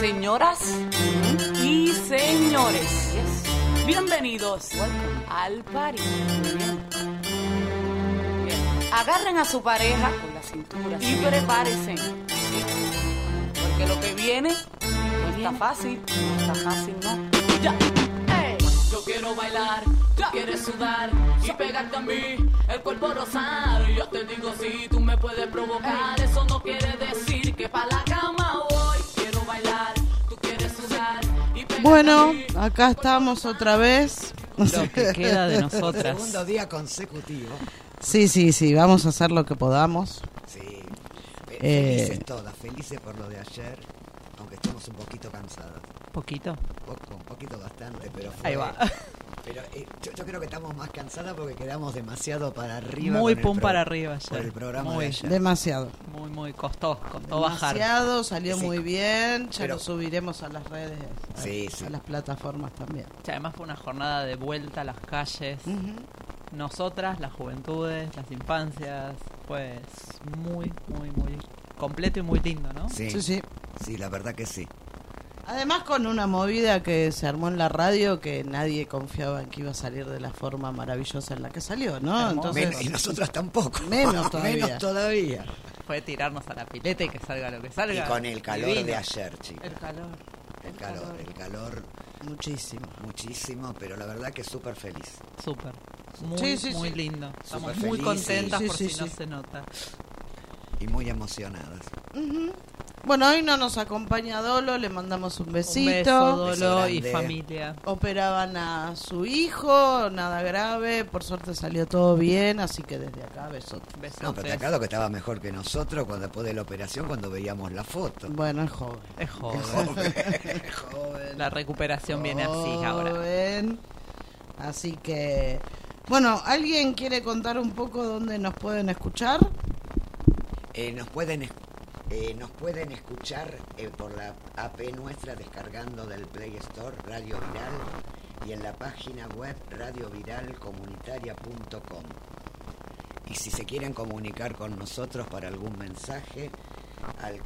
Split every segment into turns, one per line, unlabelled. Señoras y señores, bienvenidos al party. Bien. Agarren a su pareja
Con la cintura.
y prepárense. ¿sí? Porque lo que viene no está fácil. No está fácil, ¿no? Ya. Ey. Yo quiero bailar, tú quieres sudar y pegarte a mí, el cuerpo rosar. Yo te digo si tú me puedes provocar, eso no quiere decir que pa' la cama voy. Quiero bailar, tú quieres sudar y pegarte a
Bueno, Ah.
mí.
acá estamos otra vez.
lo que queda de nosotras.
Segundo día consecutivo.
Sí, sí, sí, vamos a hacer lo que podamos.
Sí. Fe-
Eh.
Felices todas, felices por lo de ayer, aunque estemos un poquito cansadas.
Poquito.
Poco, un poquito bastante, pero fue-
Ahí va.
Pero eh, yo, yo creo que estamos más cansadas porque quedamos demasiado para arriba.
Muy
con el
pum
pro-
para arriba ayer.
Por el programa
muy,
de ayer.
Demasiado.
muy, muy costó, costó bajar.
Demasiado, salió
Sí.
muy bien. Ya
Pero-
lo subiremos a las redes, a,
Sí, sí.
a las plataformas también.
Che, Además fue una jornada de vuelta a las calles.
Mm.
Nosotras, las juventudes, las infancias. Pues muy, muy, muy completo y muy lindo, ¿no?
Sí,
Sí, sí.
sí, la verdad que sí.
Además con una movida que se armó en la radio que nadie confiaba en que iba a salir de la forma maravillosa en la que salió, ¿no?
Hermoso.
Men- y
Entonces,
nosotras tampoco.
Menos todavía.
Menos todavía.
Fue tirarnos a la pileta y que salga lo que
Y
salga.
con el calor
Divino.
de ayer, chicas.
El calor.
El calor, el calor
muchísimo.
muchísimo, pero la verdad que súper feliz.
Súper. Muy,
Sí, sí,
muy
sí.
lindo. Estamos
Súper
muy
felices.
contentas
Sí,
por
sí,
si no
sí.
se nota.
Y muy emocionadas.
Bueno, hoy no nos acompaña Dolo, le mandamos un besito.
Un beso,
Beso
Dolo y
grande.
familia.
operaban a su hijo, nada grave, por suerte salió todo bien, así que desde acá besote.
Besos.
No, pero te aclaro que estaba mejor que nosotros cuando después de la operación, cuando veíamos la foto.
Bueno, es joven.
Es joven.
Joven, joven.
La recuperación viene así ahora.
Joven. Así que, bueno, ¿alguien quiere contar un poco dónde nos pueden escuchar?
Eh, nos pueden es- eh, nos pueden escuchar eh, por la AP nuestra descargando del Play Store Radio Viral y en la página web radioviralcomunitaria.com. Y si se quieren comunicar con nosotros para algún mensaje al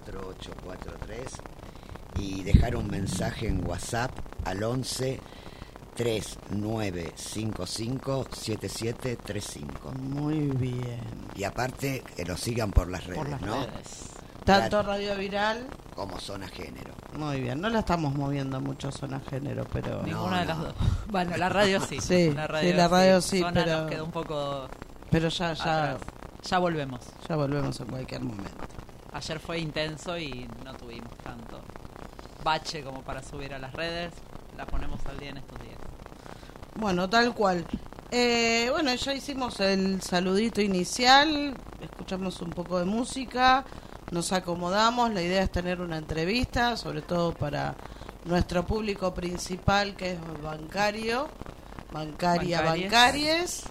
4785-4843 y dejar un mensaje en WhatsApp al 11 3955 7735.
Muy bien.
Y aparte que lo sigan por las redes,
Por las
¿no?
redes.
Tanto Radio Viral,
Como zona género.
muy bien. No la estamos moviendo mucho zona género, pero...
No.
Ninguna de las dos. Bueno, la radio sí.
Sí, sí, la radio sí,
Zona
pero-
nos quedó un poco
Pero ya, ya,
atrás. Ya volvemos.
ya volvemos en cualquier momento.
Ayer fue intenso y no tuvimos tanto bache como para subir a las redes. La ponemos al día en estos días.
Bueno, tal cual. Eh, bueno, ya hicimos el saludito inicial, escuchamos un poco de música, nos acomodamos, la idea es tener una entrevista, sobre todo para nuestro público principal que es bancario, bancaria,
Bancaries.
bancaries.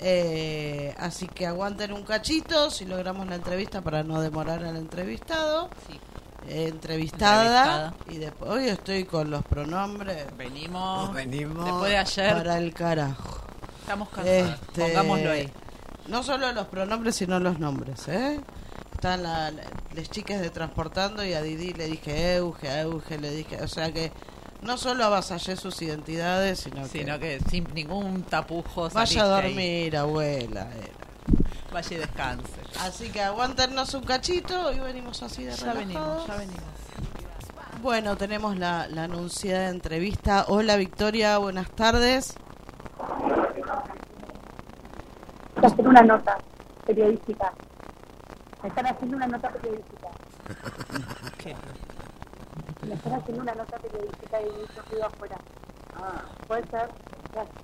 Eh, así que aguanten un cachito si logramos la entrevista para no demorar al entrevistado,
Sí.
eh, entrevistada,
Entrevistada.
y después hoy estoy con los pronombres
Venimos.
Nos venimos.
Ah, Después de ayer
para el carajo.
estamos cansados.
Este,
Pongámoslo ahí.
No solo los pronombres, sino los nombres, ¿eh? Están la- la- las chicas de Transportando y a Didi le dije Euge, a Euge le dije... O sea que no solo avasallé sus identidades, sino
Sino
que...
que sin ningún tapujo. saliste
Vaya a
ahí.
dormir, abuela. era.
Vaya y descanse.
Así que aguantennos un cachito y venimos así de
Ya venimos,
relajados.
ya venimos.
Bueno, tenemos la, la anunciada entrevista. Hola Victoria, buenas tardes.
hacer una nota periodística. Me están haciendo una nota periodística. Me están haciendo una nota periodística y mucho ruido afuera. Puede ser. Gracias.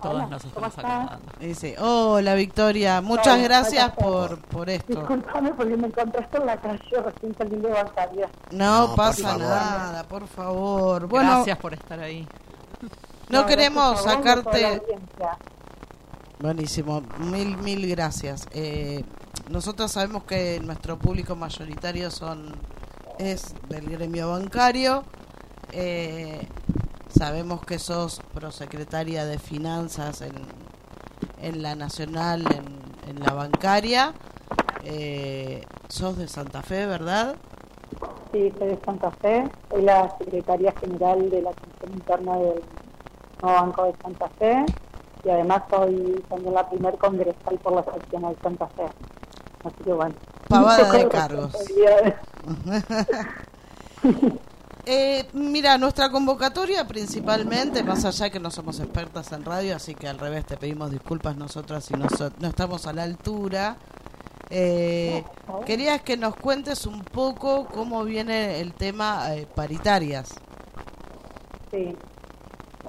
Hola,
Todos nos
¿cómo
estamos
estás?
acomodando.
Dice, hola Victoria, muchas
Hola,
gracias
hola.
por, por esto.
Disculpame porque me encontraste en la calle recién salí de bancaria.
No,
No, por
pasa
favor.
nada, por favor. Bueno,
Gracias por estar ahí.
no queremos
gracias a vos y a toda la
sacarte.
audiencia.
Buenísimo, mil, mil gracias. Eh, nosotros sabemos que nuestro público mayoritario son es del gremio bancario. Eh, sabemos que sos prosecretaria de finanzas en, en la nacional, en, en la bancaria. Eh, sos de Santa Fe, ¿verdad?
sí, soy de Santa Fe, soy la secretaria general de la Comisión Interna del Nuevo Banco de Santa Fe y además soy también la primer congresal por la seccional de Santa Fe. Así que bueno.
Pavada de
Muchas
cargos.
responsabilidades.
Eh, mira, nuestra convocatoria principalmente, más allá que no somos expertas en radio, así que al revés te pedimos disculpas nosotras si noso- no estamos a la altura. Eh, querías que nos cuentes un poco cómo viene el tema eh, paritarias.
Sí.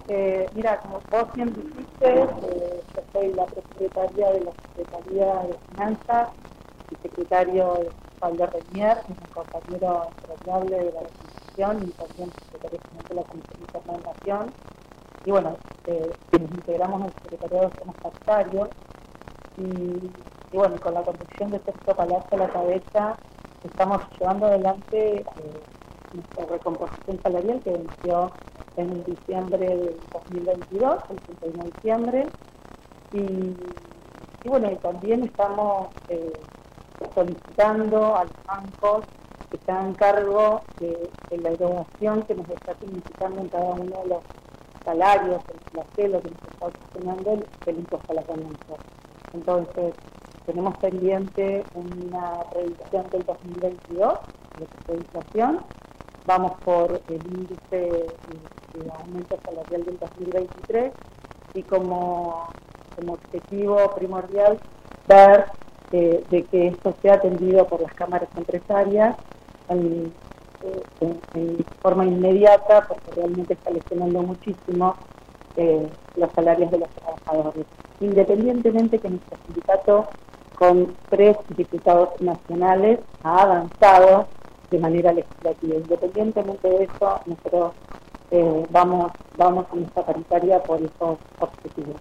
Eh, mira, como vos bien dijiste, eh, yo soy la secretaria de la Secretaría de Finanzas y secretario de Pablo Renier, que es un compañero entrañable de la organización y también secretario general de la Comisión Interna de Nación. Y bueno, eh, quienes integramos el secretariado somos pactarios y, y bueno, con la conducción de Sergio Palacio a la cabeza, estamos llevando adelante eh, nuestra recomposición salarial que venció en diciembre del 2022, el 31 de diciembre. Y, y bueno, y también estamos eh, solicitando a los bancos que se hagan cargo de, de la erogación que nos está significando en cada uno de los salarios, el flagelo que nos está ocasionando el, el impuesto a la ganancia. Entonces, tenemos pendiente una revisión del 2022, de la inflación. Vamos por el índice de, de aumento salarial del 2023 y como, como objetivo primordial ver eh, de que esto sea atendido por las cámaras empresarias en, eh, en- en forma inmediata porque realmente está lesionando muchísimo eh, los salarios de los trabajadores. Independientemente que nuestro sindicato con tres diputados nacionales ha avanzado de manera legislativa. Independientemente de eso, nosotros eh, vamos vamos en esta paritaria por esos objetivos.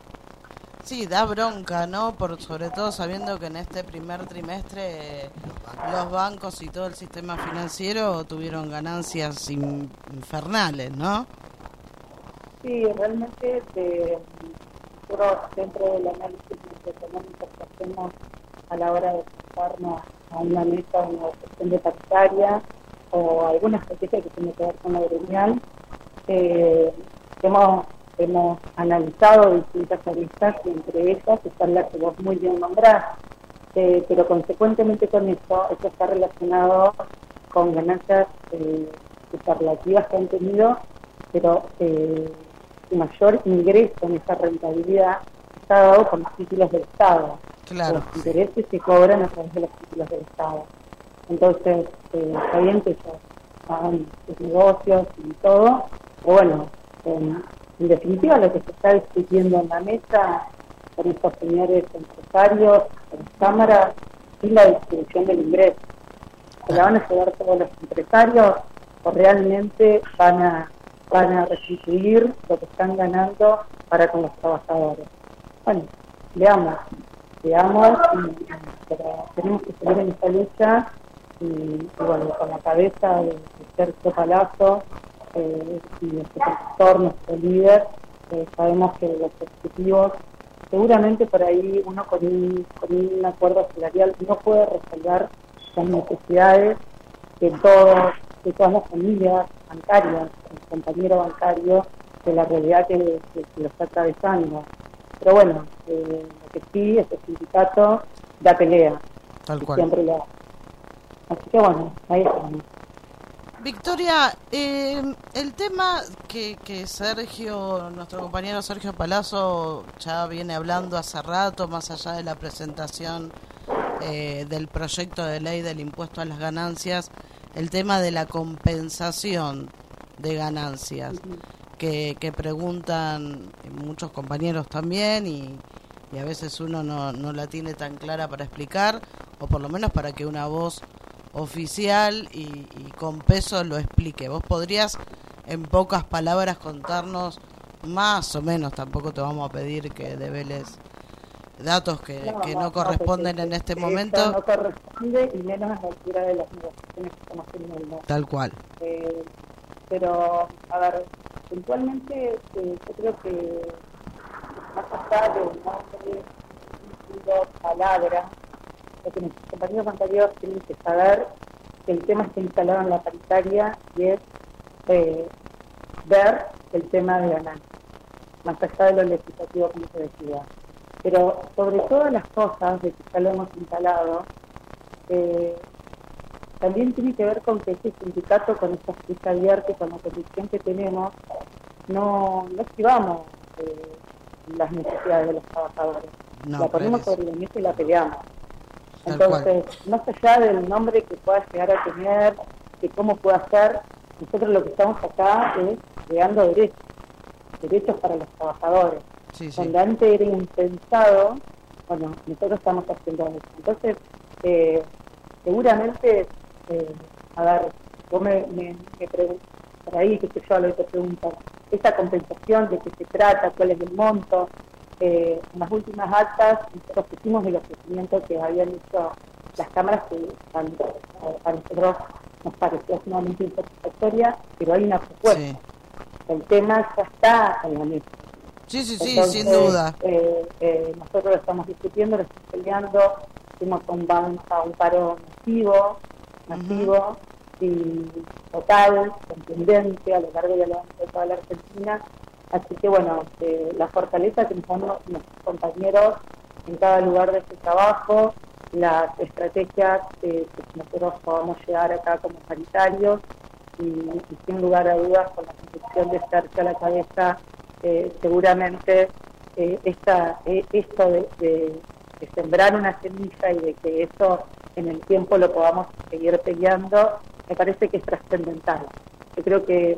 Sí, da bronca, ¿no? Por, sobre todo sabiendo que en este primer trimestre eh, los bancos y todo el sistema financiero tuvieron ganancias in- infernales, ¿no?
Sí, realmente de- nosotros dentro del análisis macroeconómico que hacemos a la hora de sentarnos a una mesa, una cuestión de paritaria o alguna estrategia que tiene que ver con la gremial, eh, hemos, hemos analizado distintas aristas y entre ellas está la que vos muy bien nombrás, eh, pero consecuentemente con eso, esto está relacionado con ganancias eh, superlativas que han tenido pero eh, el mayor ingreso en esa rentabilidad está dado por los títulos del Estado,
Claro.
los intereses que cobran a través de los títulos del Estado. Entonces, eh, está bien que ellos hagan sus negocios y todo, pero bueno, en, en definitiva lo que se está discutiendo en la mesa con estos señores empresarios, con las cámaras, es la distribución del ingreso. ¿Se la van a llevar todos los empresarios o realmente van a, van a restituir lo que están ganando para con los trabajadores? Bueno, veamos, veamos, y- y- pero tenemos que seguir en esta lucha y, y bueno, con la cabeza de, de Sergio Palazzo eh, y nuestro profesor, nuestro líder, eh, sabemos que los objetivos seguramente por ahí uno con un, con un acuerdo salarial no puede resolver las necesidades de todos, de todas las familias bancarias, el compañero bancario de la realidad que, que- que lo está atravesando. Pero bueno, eh, lo que sí, este sindicato da pelea,
Tal
y
cual.
siempre lo da. Así que bueno, ahí estamos.
Eh, Victoria, eh, el tema que, que Sergio, nuestro compañero Sergio Palazzo, ya viene hablando hace rato, más allá de la presentación eh, del proyecto de ley del impuesto a las ganancias, el tema de la compensación de ganancias, que, que preguntan muchos compañeros también y, y a veces uno no, no la tiene tan clara para explicar, o por lo menos para que una voz oficial y, y con peso lo explique. ¿Vos podrías en pocas palabras contarnos más o menos? Tampoco te vamos a pedir que develes datos que que no, corresponden
que-
en este
que
momento.
eso No corresponde y menos a la altura de las negociaciones que estamos teniendo.
Tal cual.
Eh, pero, a ver, puntualmente eh, yo creo que más allá de no tener palabras, lo que nuestros compañeros bancarios tienen que saber que el tema está instalado en la paritaria y es eh, ver el tema de ganancias, más allá de lo legislativo, como se decía. Pero sobre todas las cosas de que ya lo hemos instalado, eh, también tiene que ver con que este sindicato, con esta justicia abierta y con la condición que tenemos, no, no esquivamos eh, las necesidades de los trabajadores.
No,
la ponemos
Pérez.
sobre la mesa y la peleamos.
Tal
Entonces, más allá del nombre que pueda llegar a tener, de cómo pueda ser, nosotros lo que estamos acá es creando derechos, derechos para los trabajadores
Sí, sí.
donde antes era impensado, bueno, nosotros estamos haciendo eso. Entonces, eh, seguramente, eh, a ver, vos me, me, me pregun- por ahí, que sé yo, lo que te preguntan, esta compensación de qué se trata, cuál es el monto, eh, en las últimas actas nosotros pusimos el ofrecimiento que habían hecho las cámaras que a, a- a nosotros nos pareció sumamente insatisfactoria, pero hay una propuesta,
Sí.
el tema ya está en la mesa.
Sí, sí, sí,
Entonces,
sin duda.
eh, eh, nosotros lo estamos discutiendo, lo estamos peleando, hicimos un, ban- a un paro masivo, masivo y total, contundente a lo largo y a lo ancho de toda la Argentina. Así que bueno, eh, la fortaleza que nos dan los- nuestros compañeros en cada lugar de este trabajo, las estrategias eh, que nosotros podamos llegar acá como paritarios y, y sin lugar a dudas con la convicción de estar yo a la cabeza, eh, seguramente eh, esta, eh, esto de, de- de sembrar una semilla y de que eso en el tiempo lo podamos seguir peleando, me parece que es trascendental. Yo creo que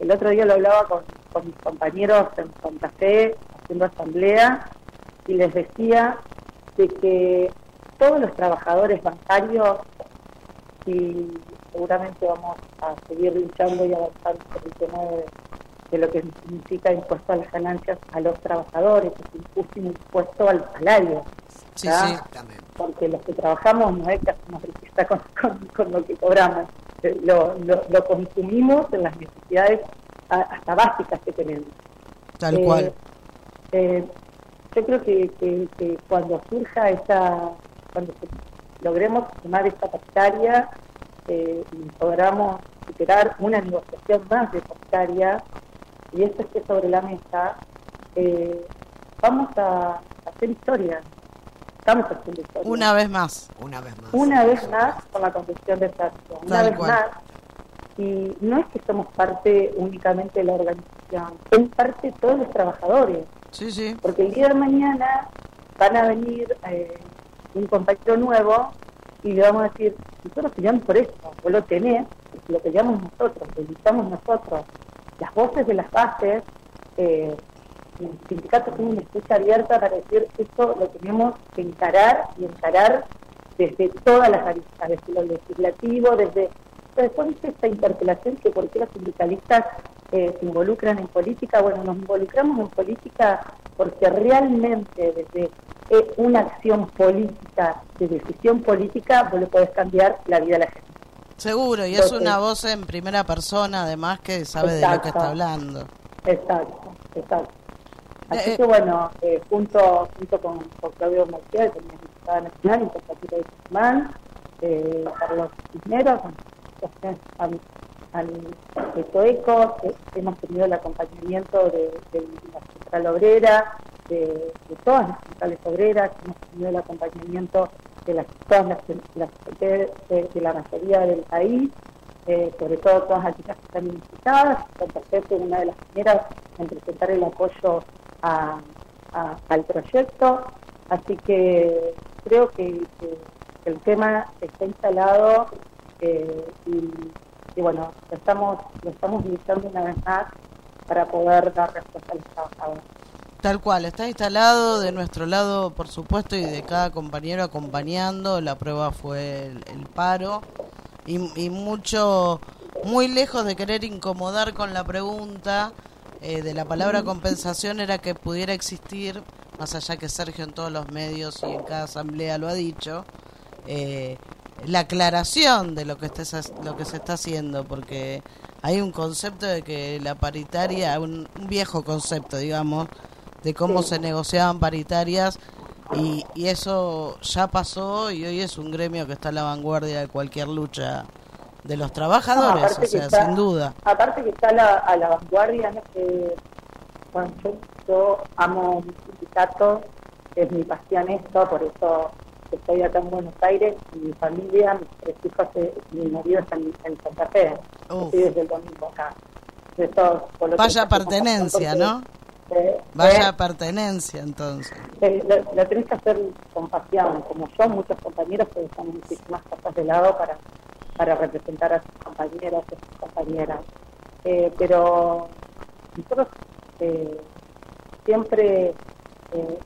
el otro día lo hablaba con, con mis compañeros en Santa Fe, haciendo asamblea, y les decía de que todos los trabajadores bancarios, y seguramente vamos a seguir luchando y avanzando por el tema de, de lo que significa impuesto a las ganancias a los trabajadores, es impuesto un impuesto al salario,
Sí,
Ah.
sí.
Exactamente.
porque los que trabajamos no es que hacemos riqueza con, con- con lo que cobramos, eh, lo, lo- lo consumimos en las necesidades a- hasta básicas que tenemos.
Tal
Eh,
cual.
eh, yo creo que, que- que cuando surja esta, cuando se- logremos tomar esta paritaria eh, y logramos superar una negociación más de paritaria y esto esté sobre la mesa, eh, vamos a hacer historia. Estamos haciendo historia.
Una vez más.
Una vez más.
Una vez más con la concepción de Sartre, una
Tal
vez
cual.
más. Y no es que somos parte únicamente de la organización, es parte de todos los trabajadores
Sí, sí.
porque el día de mañana van a venir eh, un compañero nuevo y le vamos a decir, nosotros peleamos por esto, vos lo tenés, porque lo peleamos nosotros, lo luchamos nosotros. Las voces de las bases, eh, el sindicato tiene una escucha abierta para decir, esto lo tenemos que encarar y encarar desde todas las aristas, desde lo legislativo, desde... Entonces, ¿cuál es esta interpelación que por qué los sindicalistas eh, se involucran en política? Bueno, nos involucramos en política porque realmente desde eh, una acción política, de decisión política, vos le podés cambiar la vida a la gente.
Seguro, y es
Lo que-
una voz en primera persona, además, que sabe de lo que
Exacto.
está hablando.
Exacto, exacto. Así
Eh,
que bueno, eh, junto, junto con, con Claudio Marcial, que es diputada nacional, y con Patricia de Guzmán, eh, Carlos Cisneros, con los que han, han hecho eco, eh, hemos tenido el acompañamiento de, de la central obrera, de, de todas las centrales obreras, hemos tenido el acompañamiento de las, todas las, las de, de la mayoría del país, eh, sobre todo todas aquellas que están invitadas, Santa Fe fue una de las primeras en presentar el apoyo a- a- al proyecto, así que creo que, que el tema está instalado eh, y, y bueno, lo estamos, lo estamos luchando una vez más para poder dar respuesta a los trabajadores.
Tal cual, está instalado de nuestro lado, por supuesto, y de cada compañero acompañando. La prueba fue el, el paro. Y, y mucho, muy lejos de querer incomodar con la pregunta eh, de la palabra compensación, era que pudiera existir, más allá que Sergio en todos los medios y en cada asamblea lo ha dicho, eh, la aclaración de lo que, estés ha- lo que se está haciendo, porque hay un concepto de que la paritaria, un, un viejo concepto, digamos, de cómo se negociaban paritarias, y, y eso ya pasó y hoy es un gremio que está a la vanguardia de cualquier lucha de los
No,
trabajadores,
aparte
o
que
sea,
está-
sin duda.
Aparte que está a la, a la vanguardia, ¿no? Eh, bueno, yo, yo amo mi sindicato, es mi pasión esto, por eso estoy acá en Buenos Aires, y mi familia, mis tres hijos, eh, mi marido está en, en Santa Fe, yo
Uf.
estoy desde el domingo acá. Eso, por lo que
Vaya
está como
pertenencia, ¿no?
bastante, eh,
Vaya
eh,
pertenencia, entonces.
eh, lo, lo tenés que hacer con pasión, como yo, muchos compañeros que dejan muchísimas cosas de lado para, para representar a sus compañeras, a sus compañeras. Eh, pero nosotros eh, siempre, eh,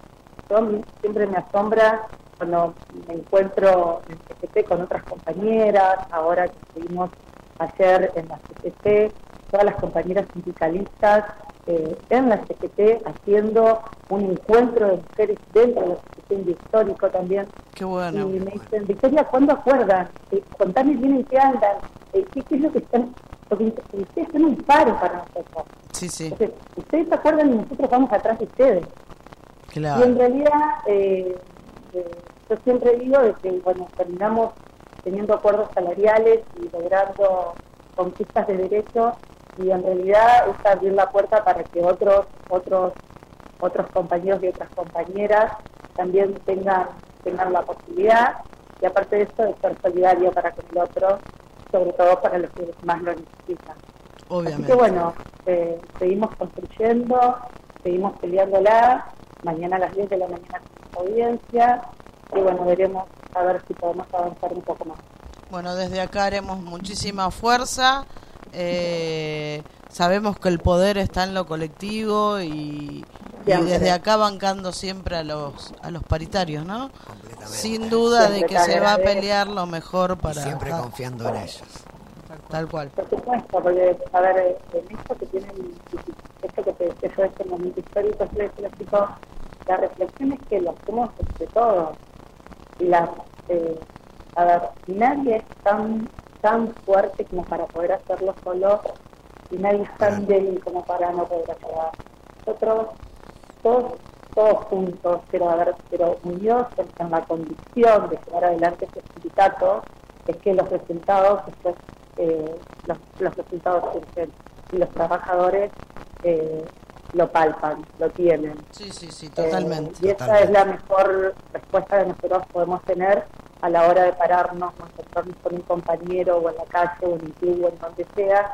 yo m- siempre me asombra cuando me encuentro en CCT con otras compañeras, ahora que estuvimos ayer en la CCT, todas las compañeras sindicalistas eh, en la CGT haciendo un encuentro de mujeres dentro de la CGT un día histórico también.
Qué
y
bueno.
me dicen, Victoria, ¿cuándo acuerdan? Eh, contame bien en qué andan, eh, ¿qué, qué es lo que están, porque ustedes son un paro para nosotros.
Sí, sí,
Entonces, ustedes se acuerdan y nosotros vamos atrás de ustedes. Y en
claro.
realidad, eh, eh, yo siempre digo de que bueno, terminamos teniendo acuerdos salariales y logrando conquistas de derechos y en realidad es abrir la puerta para que otros otros otros compañeros y otras compañeras también tengan tengan la posibilidad y aparte de eso de ser solidario para con el otro sobre todo para los que más lo necesitan Así que
Obviamente.
bueno, eh, seguimos construyendo, seguimos peleándola. Mañana a las 10 de la mañana tenemos audiencia. Y bueno, veremos a ver si podemos avanzar un poco más.
Bueno, desde acá haremos muchísima fuerza. Eh, sabemos que el poder está en lo colectivo y, y
Siempre.
desde acá bancando siempre a los a los paritarios, ¿no?
completamente.
Sin duda de
Siempre
que se va a
cada vez.
pelear lo mejor
Y
para
siempre
ah,
confiando en ellos.
tal cual.
Por supuesto, porque, a ver, eh, en esto que tienen, esto que te decía yo, este momento histórico, yo les explico, la reflexión es que lo hacemos entre todos. Y la, eh, a ver, nadie es tan, tan fuerte como para poder hacerlo solo, y nadie es tan débil como para no poder ayudar. Nosotros, todos, todos juntos, pero, a ver, pero unidos en, en la convicción de llevar adelante este sindicato, es que los resultados después eh, los, los resultados surgen y los trabajadores eh, lo palpan, lo tienen.
Sí, sí, sí,
Eh,
totalmente.
y esa
totalmente.
es la mejor respuesta que nosotros podemos tener a la hora de pararnos, o encontrarnos con un compañero o en la calle o en un club o en donde sea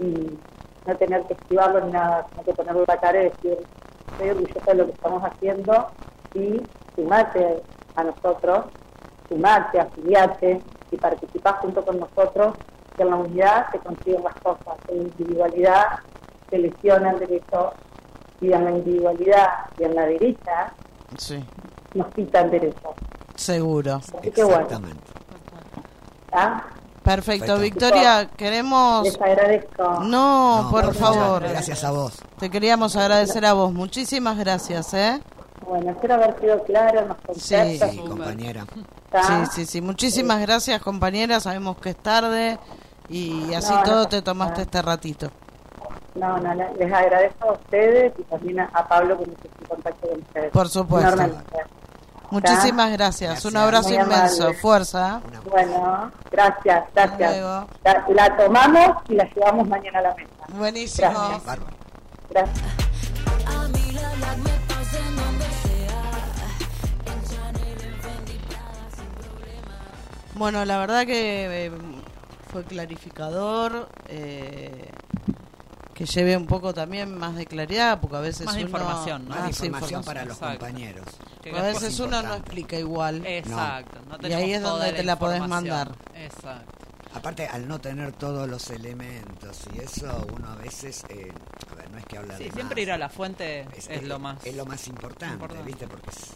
y no tener que esquivarlo ni nada, sino que ponerle la cara y decir, estoy orgulloso de lo que estamos haciendo y sumate a nosotros, sumate, afiliate y participá junto con nosotros que en la unidad se consiguen las cosas, en la individualidad se lesiona el derecho y en la individualidad y en la derecha
Sí,
nos quitan derechos.
seguro.
Así que bueno,
Exactamente.
¿ah?
Perfecto,
Perfecto.
Victoria, queremos...
les agradezco.
Oh, No,
No,
por
muchas
favor.
Gracias a vos.
Te queríamos agradecer a vos. Muchísimas gracias, ¿eh?
Bueno, espero haber sido claro en los
Sí.
conceptos.
Sí, compañera.
¿ah?
Sí, sí, sí. Muchísimas gracias, compañera. Sabemos que es tarde y así
No, no
todo
pasa
te tomaste
nada.
este ratito.
No, no, no, les agradezco a ustedes y también a, a Pablo que me puso en contacto con ustedes.
Por supuesto.
Enormemente.
Muchísimas gracias. Un abrazo
Muy
inmenso.
amable.
Fuerza.
Una-
Bueno, gracias,
Hasta
gracias.
luego.
La, la tomamos y la llevamos mañana a la mesa.
Buenísimo.
Gracias.
Bárbara.
Gracias.
A mí la lag me pasa en donde sea. En Chanel, en Fendi, Prada, sin problema.
Bueno, la verdad que eh, fue clarificador, eh, que lleve un poco también más de claridad, porque a veces
Más
uno-
información, ¿no?
Más
Más
información
información.
para los
Exacto.
compañeros.
Que
Porque a
después-
veces uno no
importante.
explica igual.
Eh, Exacto. No.
Y
tenemos
ahí es
toda
donde te la podés
información.
mandar.
Exacto.
Aparte, al no tener todos los elementos y eso, uno a veces, eh, a ver, no es que habla de
Sí,
más.
siempre ir a la fuente es, lo más.
es lo más importante,
importante.
¿viste? Porque s-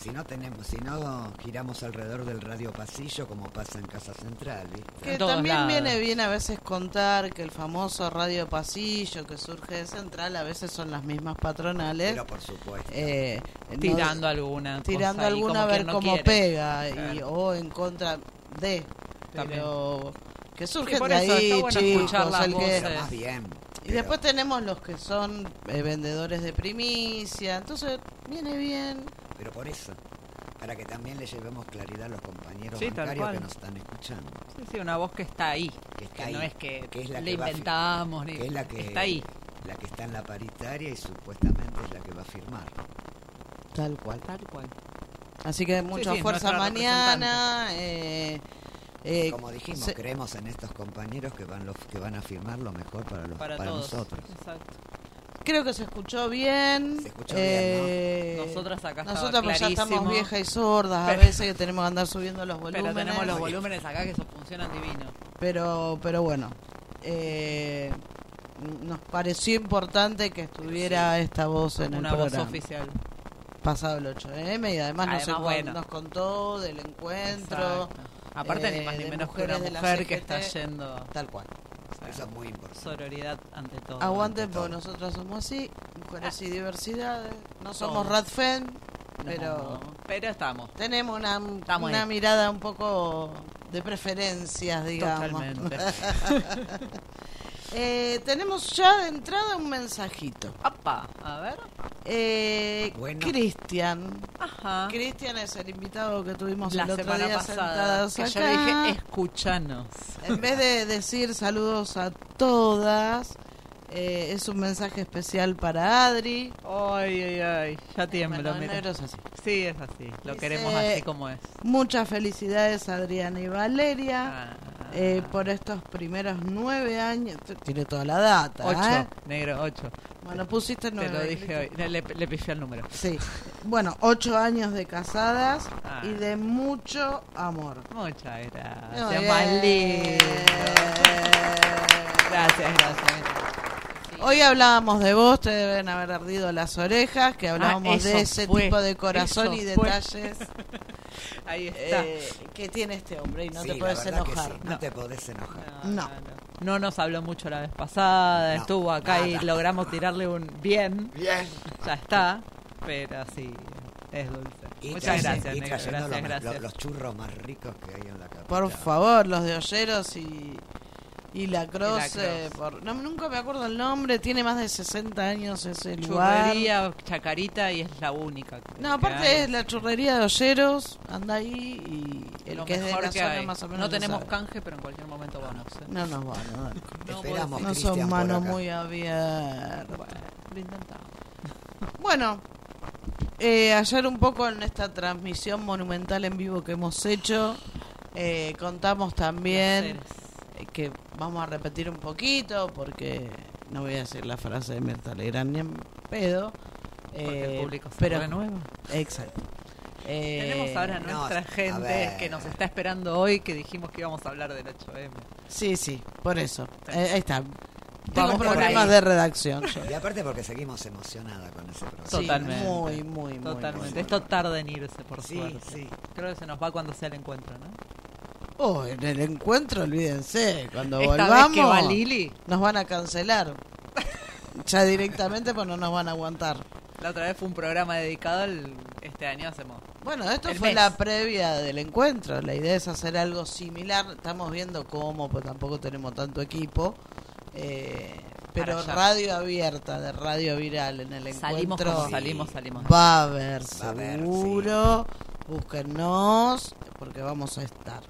si no tenemos, si no giramos alrededor del radio pasillo como pasa en Casa Central, ¿viste?
Que
En todos
también
lados.
viene bien a veces contar que el famoso radio pasillo que surge de Central a veces son las mismas patronales.
Pero por supuesto.
eh, no-
Tirando alguna.
tirando
cosa ahí,
alguna a
como
ver
quien no
cómo
quiere.
pega y,
Claro.
o en contra de.
También.
Pero que surgen
por
de
eso, está
ahí,
bueno
chicos.
escuchar las
el que-
Pero
voces.
más bien.
Y después tenemos los que son eh, vendedores de primicia. Entonces, viene bien.
Pero por eso. Para para que también le llevemos claridad a los compañeros
Sí, tal
bancarios que
cual.
nos están escuchando.
Sí, sí, una voz que está ahí.
Que está
Que
ahí,
no es que,
que es la
le
que va a fi-
inventamos, ni-
que es la que
está ahí.
La que está en la paritaria y supuestamente es la que va a firmar.
Tal cual.
Tal cual.
Así que mucha
sí, es
fuerza
nuestra
mañana. eh, eh,
Como dijimos,
se-
creemos en estos compañeros que van, los, que van a firmar lo mejor para, los,
Para,
para,
todos.
nosotros.
Exacto.
creo que se escuchó bien.
Se escuchó
eh,
Nosotras acá estaba
Nosotras pues ya estamos
clarísimo.
viejas y sordas
Pero-
a veces que tenemos que andar subiendo los volúmenes.
Pero tenemos los
Muy bien.
volúmenes acá que eso funcionan divino.
pero pero bueno eh, nos pareció importante que estuviera esta voz en
Una
el
voz
programa
oficial.
pasado el 8M y además, nos,
Además,
encon-
bueno.
nos contó del encuentro
Exacto. Aparte,
eh,
ni más ni
de
menos que una
mujeres de la
mujer que
CGT.
está yendo. o
tal cual
sea,
Eso es muy importante.
Sororidad ante todo. Ah.
aguanten
ante todo.
porque nosotras somos así mujeres y diversidades no somos
Somos.
Radfen
No,
pero
pero estamos.
tenemos una,
Estamos
una
ahí.
mirada un poco de preferencias digamos
Totalmente.
Eh, tenemos ya de entrada un mensajito
Apa, a ver.
Eh,
Bueno.
Cristian
Ajá.
Cristian es el invitado que tuvimos
Ah. La
el otro
semana
día
pasada.
sentadas
que yo
acá.
le dije, escúchanos.
En vez de decir saludos a todas, eh, es un mensaje especial para Adri.
Ay, ay, ay, ya tiemblo.
Bueno, en
mira.
negro es así.
Sí, es así. Lo
Dice-
queremos así como es.
Muchas felicidades Adriana y Valeria
Ah,
eh, por estos primeros nueve años. T- Tiene toda la data.
ocho,
¿eh?
negro, ocho.
Bueno, pusiste nueve.
Te lo dije
¿viste?
hoy. Le, le, le pifié el número.
Sí. Bueno, ocho años de casadas
Ah.
y de mucho amor.
Muchas gracias.
Muy bien.
más lindo. Gracias, gracias.
Hoy hablábamos de vos, te deben haber ardido las orejas, que
Ah,
hablábamos
eso
de ese
fue,
tipo de corazón
eso
y
fue.
detalles
Ahí está.
eh, que tiene este hombre y no
Sí,
te
la
puedes
verdad que
enojar.
sí, no,
No.
te podés enojar.
no.
No nos habló mucho la vez pasada,
No,
estuvo acá y
nada.
logramos tirarle un bien,
Bien.
ya está, pero sí, es dulce.
Y
Muchas
traye-
gracias,
y
negro,
trayendo
gracias,
los,
gracias.
los- los churros más ricos que hay en la capital.
Por favor, los de Olleros y, y la Croce.
Croce.
por- no, nunca me acuerdo el nombre, tiene más de 60 años ese lugar.
Churrería, Este chacarita y es la única. creo
No,
que
aparte
hay.
es la churrería de Olleros, anda ahí y el
Lo
que es de
mejor
la
que
zona
hay.
más o menos.
No
lo
tenemos
sabe.
canje, pero en cualquier momento vamos. ¿eh?
No nos van a dar.
Te
No,
esperamos,
No
Cristian,
son
por
manos
acá.
muy abiertas.
Bueno, lo intentamos.
Bueno, eh, ayer un poco en esta transmisión monumental en vivo que hemos hecho, eh, contamos también
Placeres.
eh, que vamos a repetir un poquito, porque no voy a decir la frase de Mirta Legrand ni en pedo.
Porque
eh,
el público se
pero,
renueva.
Exacto. Eh,
Tenemos ahora
no,
nuestra
a
gente
ver.
que nos está esperando hoy, que dijimos que íbamos a hablar del 8M.
Sí, sí, por eso. Eh, ahí está.
Vamos
Tengo
por
problemas
ahí.
de redacción. yo.
Y aparte porque seguimos emocionada con ese programa.
Sí,
Totalmente.
muy, muy, muy.
Totalmente.
muy.
Esto tarda en irse, por
Sí,
suerte.
sí.
Creo que se nos va cuando sea el encuentro, ¿no?
Oh, en el encuentro, olvídense. Cuando
Esta
volvamos.
vez que va Lili,
nos van a cancelar. Ya directamente, pues no nos van a aguantar.
la otra vez fue un programa dedicado al... Este año hacemos...
Bueno, esto
El
fue
mes.
la previa del encuentro. La idea es hacer algo similar. Estamos viendo cómo, pues tampoco tenemos tanto equipo. Eh, pero
Para allá.
radio abierta, de radio viral en el
Salimos
encuentro.
como salimos, salimos.
Va a haber
Va a haber,
seguro. Búsquennos, porque vamos a estar.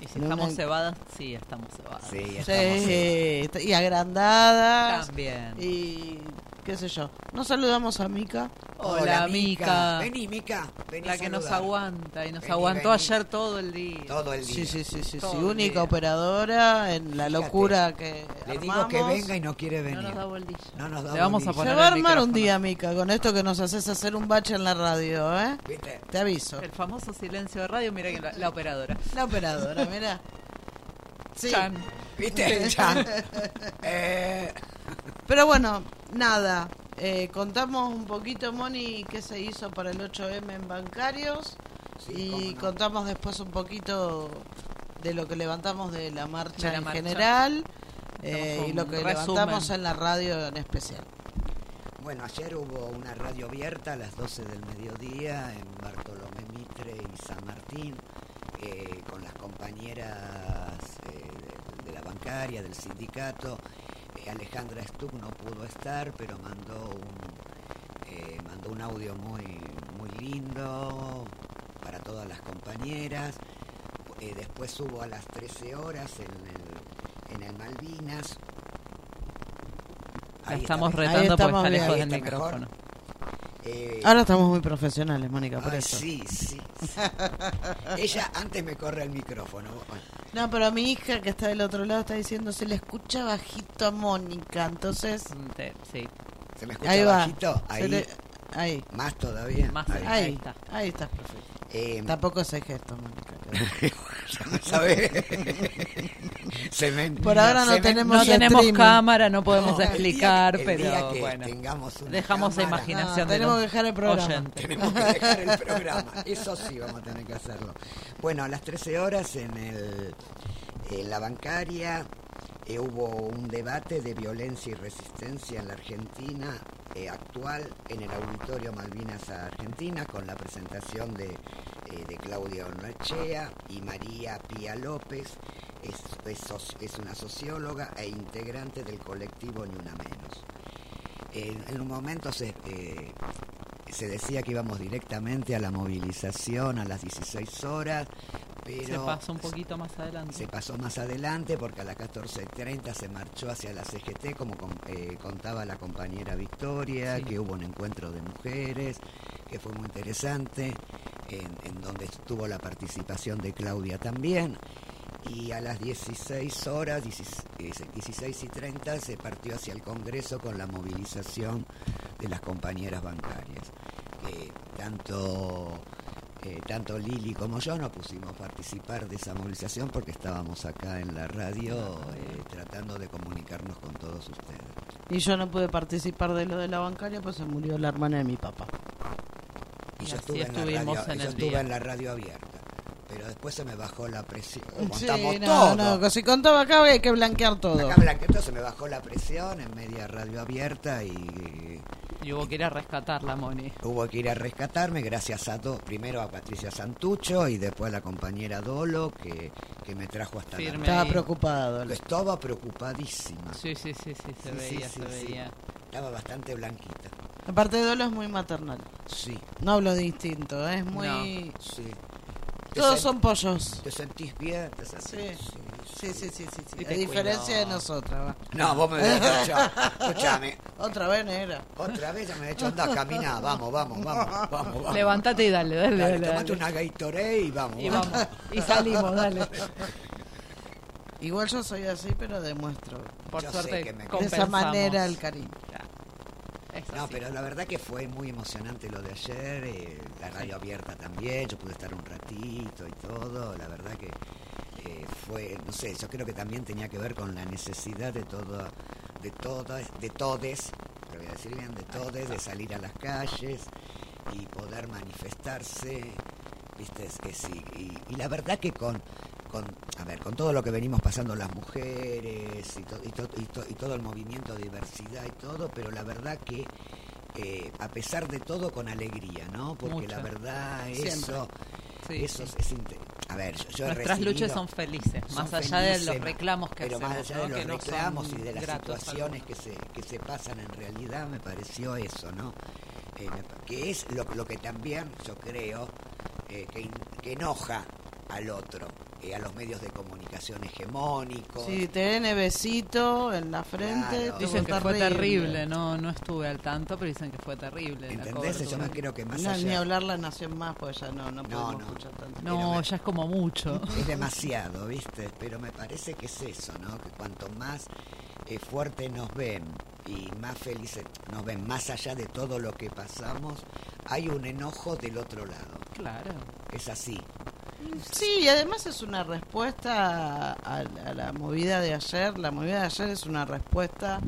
Y si
No,
estamos
no.
cebadas, sí, estamos cebadas.
Sí, estamos en-
Eh,
Sí, y agrandadas.
También.
Y qué sé yo. Nos saludamos a Mica.
Hola, Mica.
Vení, Mica. Vení
La
a
que nos
saludar.
aguanta y nos
Vení,
aguantó
vení.
ayer todo el día.
Todo el día.
Sí, sí, sí, sí, sí.
Todo el
Única
día.
operadora en la
Fíjate,
locura que
Le digo
armamos.
que venga y no quiere
No nos
venir.
da bolilla.
No nos da
Le vamos a
bolilla.
Se
poner
va a
el
armar un
micrófono.
día, Mica, con esto que nos haces hacer un bache en la radio, ¿eh?
¿Viste?
Te aviso.
El famoso silencio de radio, mira que la, la operadora.
La operadora, mira. Sí.
Chan.
¿Viste? Ya. Eh,
Pero bueno, nada. Eh, contamos un poquito, Moni, qué se hizo para el 8M en bancarios.
sí,
y
cómo no.
contamos después un poquito de lo que levantamos de la marcha
De la
en
marcha.
general eh,
Hacemos
y
un
lo que
resumen.
levantamos en la radio en especial.
Bueno, ayer hubo una radio abierta a las 12 del mediodía en Bartolomé Mitre y San Martín, eh, con las compañeras eh, de, de la bancaria, del sindicato. Eh, Alejandra Stuck no pudo estar, pero mandó un, eh, mandó un audio muy, muy lindo para las compañeras. Eh, después hubo a las 13 horas en el, en el Malvinas.
La
Ahí está
estamos
mejor.
Ahí
retando porque
estamos
está
bien.
lejos
Ahí
del
está mejor.
micrófono.
Eh,
Ahora estamos muy profesionales, Mónica, por
ay,
eso.
sí, sí. sí. Ella antes me corre el micrófono. Bueno,
No, pero mi hija que está del otro lado está diciendo, se le escucha bajito a Mónica, entonces...
Mm, te- Sí,
¿Se me escucha
Ahí va.
bajito?
Se
Ahí,
le- ahí,
más todavía.
Más
Ahí.
Ahí
ahí,
está.
ahí estás perfecto.
Eh,
Tampoco ese gesto, Mónica.
¿sabes? Se me-
Por ahora no
se me-
tenemos
No tenemos
streaming.
cámara, no podemos
No, el día que-
explicar,
el
pero
día que
bueno.
tengamos una
Dejamos la
cámara,
imaginación.
No,
de
tenemos
los
que dejar el programa.
oyentes.
Tenemos que dejar el programa. Eso sí vamos a tener que hacerlo. Bueno, a las 13 horas en, el, en la bancaria eh, hubo un debate de violencia y resistencia en la Argentina eh, actual en el Auditorio Malvinas Argentina con la presentación de, eh, de Claudio Nochea y María Pía López. Es, es soci- es una socióloga e integrante del colectivo Ni Una Menos. En, en un momento se, eh, se decía que íbamos directamente a la movilización a las 16 horas, pero
Se pasa un poquito más adelante.
se pasó más adelante porque a las 14.30 se marchó hacia la CGT, como con- eh, contaba la compañera Victoria,
Sí.
que hubo un encuentro de mujeres, que fue muy interesante, en, en donde estuvo la participación de Claudia también. Y a las 16 horas, 16, eh, 16 y 30, se partió hacia el Congreso con la movilización de las compañeras bancarias. Eh, tanto eh, tanto Lili como yo nos pusimos a participar de esa movilización porque estábamos acá en la radio eh, tratando de comunicarnos con todos ustedes.
Y yo no pude participar de lo de la bancaria, pues se murió la hermana de mi papá.
Y
Y
yo
así
estuve, en la, radio, y
estuvimos en
yo
el
estuve
día.
en la radio abierta, pero después se me bajó la presión.
Sí,
Aguantamos todo.
no, no, si contaba acá hay que blanquear todo.
Acá en Blanqueto se me bajó la presión en media radio abierta y
Y hubo que ir a rescatarla, Moni.
Hubo que ir a rescatarme gracias a dos, primero a Patricia Santucho y después a la compañera Dolo que, que me trajo hasta la-
Firme.
Estaba
ahí.
preocupado.
Porque Estaba preocupadísima,
Sí, sí, sí, sí,
Sí, sí,
se veía,
sí,
se
sí.
veía.
estaba bastante blanquita.
Aparte de Dolo es muy maternal.
Sí,
No hablo distinto, es muy...
sí. Te
Todos
sen-
son pollos.
¿Te sentís bien? ¿Te sentís-
Sí. Sí, sí, sí, sí. sí.
Y
A
te
diferencia de
cuidó.
nosotras. va.
No, vos me dejás Escuchame,
Otra vez negra.
otra vez ya me he hecho andar, caminá, vamos, vamos, vamos, vamos. vamos.
Levántate y dale, dale,
Dale,
dale.
tomate
dale.
una Gatorade y vamos.
Y vamos, y salimos, dale.
Igual yo soy así, pero demuestro
Por
Yo sé
suerte,
que me-
de
De esa
esa
compensamos.
manera el cariño.
Es
No,
así.
pero la verdad que fue muy emocionante lo de ayer, eh, la radio abierta también, yo pude estar un ratito y todo, la verdad que eh, fue, no sé, yo creo que también tenía que ver con la necesidad de todo, de todas, de todes, lo voy a decir bien, de todes, de salir a las calles y poder manifestarse, viste, es que sí, y, y la verdad que con con, a ver, con todo lo que venimos pasando las mujeres y, to- y to- y to- y todo el movimiento de diversidad y todo, pero la verdad que eh, a pesar de todo con alegría, ¿no? Porque
Mucho.
la verdad
Siempre.
eso,
Sí,
eso
sí.
es, es inte- a ver, yo, yo he
Nuestras
recibido-
luchas son felices,
son
más allá
felices,
de los reclamos que
pero
hacemos.
más allá
¿no?
de los
que no son
reclamos y de las
gratos
situaciones que se, que se pasan en realidad, me pareció eso, ¿no? Eh, me pa- que es lo, lo que también yo creo eh, que, in- que enoja al otro, eh, a los medios de comunicación hegemónicos.
Si te den besito en la frente,
Claro.
te
Dicen que
fue
fue terrible, no no estuve al tanto, pero dicen que fue terrible. la
¿Entendés? Yo
cobertura.
me creo que más
No, ni
allá
hablar la nación más, pues ya no, no podemos
no.
escuchar tanto.
Pero
No,
me-
ya es como mucho.
es demasiado, ¿viste? Pero me parece que es eso, ¿no? Que cuanto más eh, fuerte nos ven y más felices nos ven, más allá de todo lo que pasamos, hay un enojo del otro lado.
Claro.
Es así.
Sí, y además es una respuesta a, a la- a la movida de ayer. La movida de ayer es una respuesta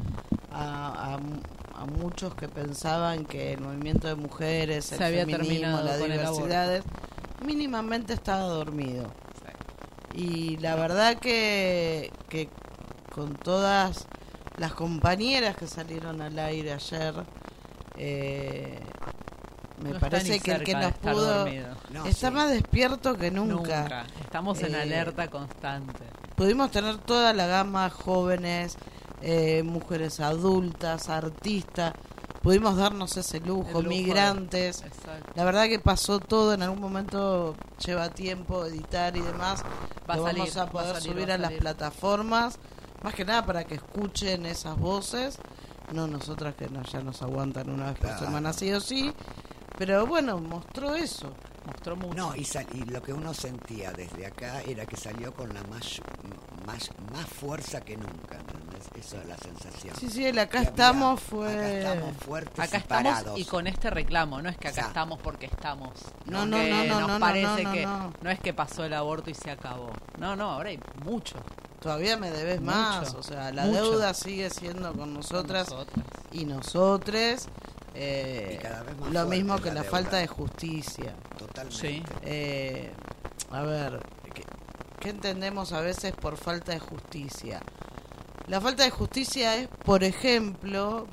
a, a mu- a muchos que pensaban que el movimiento de mujeres, el
Se había
feminismo,
terminado
las
con el aborto.
diversidades, mínimamente estaba dormido. Y la verdad que, que con todas las compañeras que salieron al aire ayer, eh, me
No está
parece
ni
que el que
cerca de
nos
estar
pudo...
dormido.
No,
Está
sí.
más despierto que
Nunca.
nunca.
Estamos en
Eh,
alerta constante.
Pudimos tener toda la gama, jóvenes, eh, mujeres adultas, artistas, pudimos darnos ese lujo,
El lujo de-
migrantes.
Exacto.
La verdad que pasó todo, en algún momento lleva tiempo editar y demás.
Va a
Lo
salir,
vamos a
va
poder
salir,
subir
va
a,
a
las
salir.
plataformas, más que nada para que escuchen esas voces, no nosotras que no- ya nos aguantan una vez
Claro.
por semana sí o sí, pero bueno, mostró eso.
Mostró mucho.
No, y, sal- y lo que uno sentía desde acá era que salió con la más, más, más fuerza que nunca. ¿entendés? Esa es la sensación.
Sí, sí, el acá
Que había-
estamos fue...
Acá estamos fuertes
acá
y
estamos
parados.
y con este reclamo, no es que acá
Exacto.
estamos porque estamos.
No, no,
que
no, no,
nos
no, no, no,
parece
no,
que
no.
es que pasó el aborto y se acabó. No, no, ahora hay mucho.
Todavía me debes más,
Mucho,
o sea, la
mucho.
deuda sigue siendo con nosotras
Nosotras.
y nosotres. eh,
Y cada vez más
lo
fuerte
mismo que
la
la
deuda.
falta de justicia.
Totalmente.
Sí.
Eh, a ver, ¿qué, qué entendemos a veces por falta de justicia? La falta de justicia es, por ejemplo,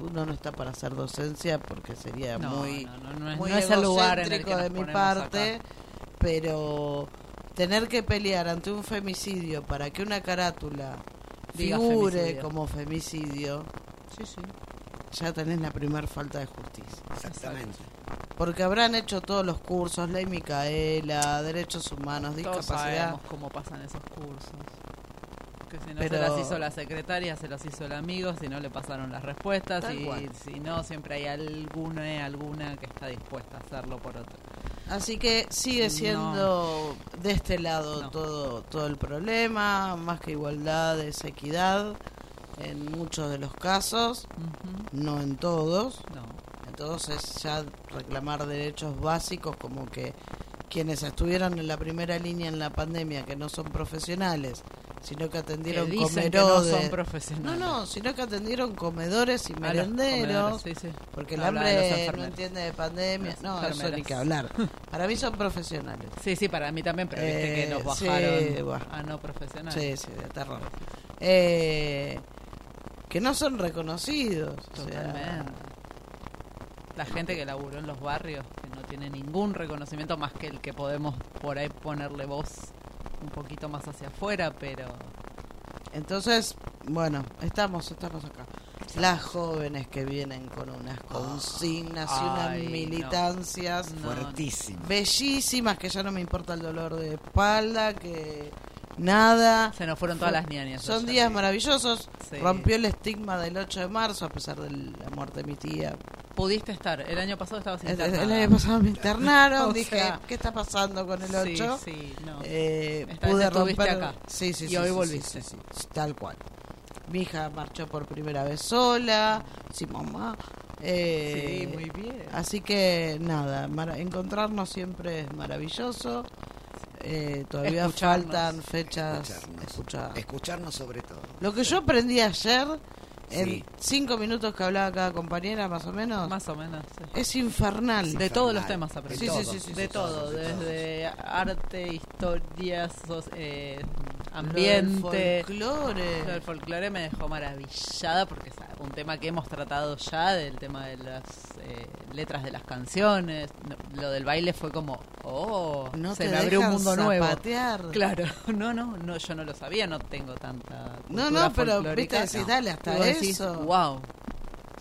uno no está para hacer docencia porque sería
No,
muy,
no, no, no es,
muy
no es el lugar en el
egocéntrico
que nos
de mi
ponemos
parte,
acá.
pero tener que pelear ante un femicidio para que una carátula
Diga
figure
femicidio.
como femicidio,
Sí, sí.
ya tenés la primer falta de justicia.
Exactamente.
Porque habrán hecho todos los cursos, ley Micaela, derechos humanos,
Todos
discapacidad.
sabemos cómo pasan esos cursos. Que si no
Pero-
se las hizo la secretaria, se las hizo el amigo, si no le pasaron las respuestas
Tal
y
cual.
si no, siempre hay alguna, alguna que está dispuesta a hacerlo por otro.
Así que sigue
No.
siendo de este lado
No.
todo, todo el problema, más que igualdad es equidad en muchos de los casos,
Ujú.
no en todos.
No,
Entonces ya reclamar derechos básicos como que quienes estuvieron en la primera línea en la pandemia, que no son profesionales, sino que
que
atendieron
dicen que no
comedores.
son
No,
profesionales.
no, sino que atendieron comedores y
A los comedores,
merenderos,
sí, sí.
porque el
Habla de los
hambre no
enfermeros.
entiende de pandemia.
Las
No, eso ni
enfermeras.
que hablar. Para mí son profesionales.
Sí, sí, para mí también, pero viste
Eh,
que nos
sí,
bajaron
bah.
a no profesional.
Sí, sí, de terror. Eh, que no son reconocidos. o sea,
Totalmente. La gente que laburó en los barrios, que no tiene ningún reconocimiento más que el que podemos por ahí ponerle voz un poquito más hacia afuera, pero
entonces, bueno, estamos, estamos acá. Las jóvenes que vienen con unas consignas y unas
Ay, no.
militancias
no,
Fuertísimo.
bellísimas, que ya no me importa el dolor de espalda, que nada.
se nos fueron todas las niñas.
Son
ayer.
días maravillosos.
Sí.
Rompió el estigma del 8 de marzo, a pesar de la muerte de mi tía.
Pudiste estar, el año pasado estabas
El,
internada.
el año pasado me internaron.
O
dije,
sea,
¿qué está pasando con el 8?
Sí, sí, no.
Eh,
Esta vez
pude
estuviste
romper.
acá.
Sí, sí,
Y
sí,
hoy
sí,
volviste.
sí, sí, sí, Tal cual. Mi hija marchó por primera vez sola, sin mamá. eh,
sí, muy bien.
Así que nada, mara- encontrarnos siempre es maravilloso. Eh, todavía
Escucharnos.
faltan fechas.
Escucharnos.
escuchar.
Escucharnos sobre todo.
Lo que yo aprendí ayer, en
Sí.
cinco minutos que hablaba cada compañera, más o menos,
Más o menos. sí.
es infernal.
De
Infernal.
todos los temas aprendí.
Sí, sí,
Todo.
sí, sí,
de
sí,
todo,
sí, sí, sí.
desde arte, historias, sos- eh,
Lo del
ambiente.
folclore.
Lo del folclore me dejó maravillada porque es un tema que hemos tratado ya, del tema de las eh, letras de las canciones. No, lo del baile fue como, oh,
No
se
te
me abrió un
dejan
mundo nuevo.
zapatear.
Claro, no, no, no, yo no lo sabía, no tengo tanta.
No,
cultura
no, pero viste,
folclórica.
decís, dale, hasta
Y vos decís,
eso.
wow.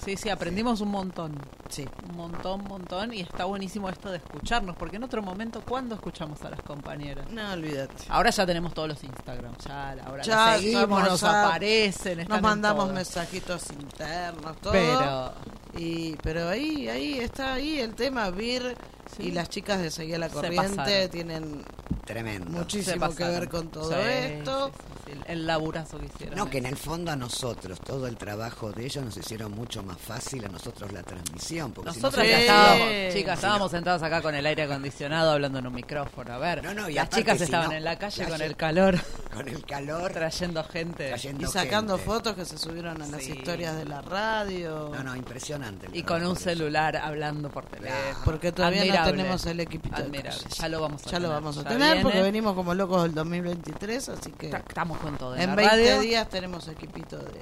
Sí, sí, aprendimos un montón.
Sí.
Un montón, montón. Y está buenísimo esto de escucharnos, porque en otro momento, ¿cuándo escuchamos a las compañeras?
No, olvídate.
Ahora ya tenemos todos los Instagram. Ya, ahora
Ya,
ya seguimos,
somos,
nos
ya
aparecen. están
Nos
en
mandamos
todo.
mensajitos internos, todo.
Pero
Y, pero ahí, ahí está ahí el tema, Vir
Sí.
y las chicas de Seguir la
Se
Corriente
pasaron.
tienen
Tremendo.
Muchísimo.
se pasaron.
que ver con todo
Sí,
esto.
sí, sí, sí, El laburazo que hicieron.
No, que en el fondo a nosotros, todo el trabajo de ellos nos hicieron mucho más fácil a nosotros la transmisión. Porque si no
Nosotras
Sí.
ya
fuera-
estábamos, chicas,
Sí.
estábamos sentadas acá con el aire acondicionado hablando en un micrófono. A ver,
No, no, y
las
aparte,
chicas
si
estaban
no,
en la calle
la
con
lle-
el calor,
con el calor,
trayendo gente.
trayendo
Y sacando
gente.
fotos que se subieron a las
Sí.
historias de la radio.
No, no, impresionante. el
Y con
trabajo
un
de ellos.
celular hablando por teléfono.
Porque todavía
Admirable.
no tenemos el equipito. de
Admirable.
calles.
Ya lo vamos a
Ya lo
tener.
vamos a
Ya
tener porque
viene.
venimos como locos del 2023, así que
Ta- Estamos con todo. En,
en
la
20
radio,
días tenemos equipito de...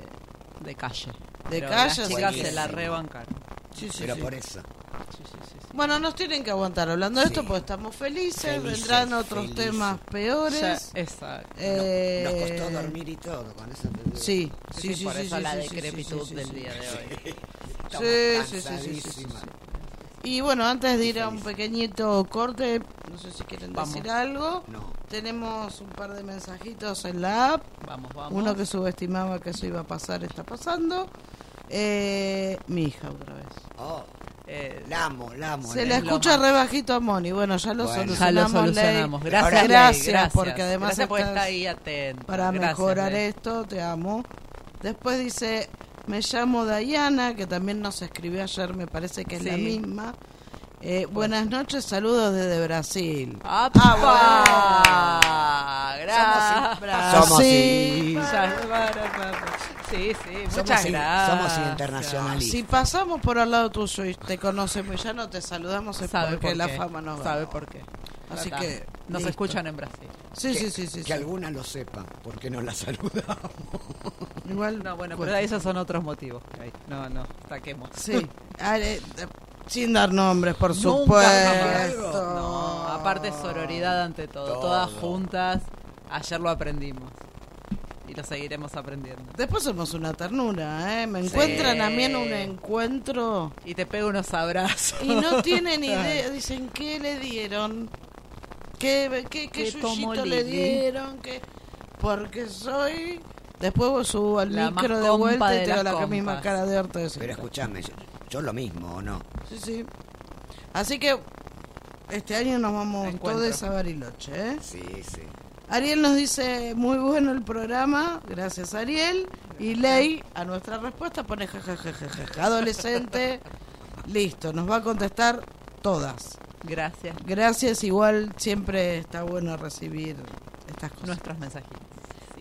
de calle.
De
Pero
calle,
Las chicas se la
buenísimo.
rebancaron.
Sí, sí,
Pero
sí.
por eso.
Sí, sí, sí, sí.
Bueno, nos tienen que aguantar hablando de
Sí.
esto porque estamos felices,
Felices,
vendrán otros
felices.
temas peores.
Ya, exacto.
No-
Eh,
nos costó dormir y todo, con eso te digo.
Sí, sí, sí,
por
sí,
eso
sí,
la
sí, sí,
decrepitud
sí, sí,
del
sí.
día de hoy.
estamos
Sí, sí, sí, sí, sí, sí,
cansadísimas.
sí. Y bueno, antes de ir a un pequeñito corte, no sé si quieren
Vamos.
decir algo.
No,
Tenemos un par de mensajitos en la app.
Vamos, vamos.
Uno que subestimaba que eso iba a pasar, está pasando. Eh, mi hija otra vez.
oh,
Eh,
la amo, la amo.
Se
la
la
es
amo.
lo
escucha
más.
re bajito a Moni. Bueno, ya lo
Bueno.
ya lo
solucionamos. Ley.
solucionamos. Gracias,
Ahora-
Ley,
Gracias, porque además
Gracias por
estás-
estar ahí atento.
Para
Gracias,
mejorar
Ley.
esto, te amo. Después dice, me llamo Dayana, que también nos escribió ayer, me parece que es la
Sí.
misma. Eh, buenas noches, saludos desde Brasil.
¡Apa! Gracias.
Somos
Sí.
in-
Sí, sí, muchas
somos in-
gracias.
somos internacionalistas.
Si pasamos por al lado tuyo y te conocemos y ya no te saludamos es
Sabe
porque
por
la
qué.
fama nos
Sabe
ganó.
por qué.
Así
Acá.
que,
Nos
listo.
escuchan en Brasil.
Sí, sí, sí, sí.
que
sí.
alguna lo sepa, porque no la saludamos.
Igual pues.
No, bueno,
cuesta.
pero esos son otros motivos. Ay, No, no, saquemos.
Sí. Ah, eh, eh, sin dar nombres, por
Nunca
supuesto.
jamás. No, aparte sororidad ante todo,
Todo.
todas juntas. Ayer lo aprendimos y lo seguiremos aprendiendo.
Después somos una ternura, ¿eh? Me encuentran a mí en un encuentro
Y te pego unos abrazos.
y no tienen idea. Dicen, ¿qué le dieron? ¿Qué, qué, qué
¿Qué tomó
yuyito le
Lili?
dieron? ¿Qué? Porque soy... Después vos subo al
La más
micro de
compa
vuelta
de
y tengo
las
la misma
compas.
cara de harto de siempre.
Pero escúchame, yo, yo lo mismo, ¿o no?
Sí, sí. Así que este año nos vamos
Encuentro.
todos a Bariloche, ¿eh?
Sí, sí.
Ariel nos dice, muy bueno el programa, gracias Ariel. Y Ley, a nuestra respuesta, pone jajajajaja, adolescente. Listo, nos va a contestar todas.
Gracias.
Gracias, igual siempre está bueno recibir estas cosas.
Nuestros mensajitos.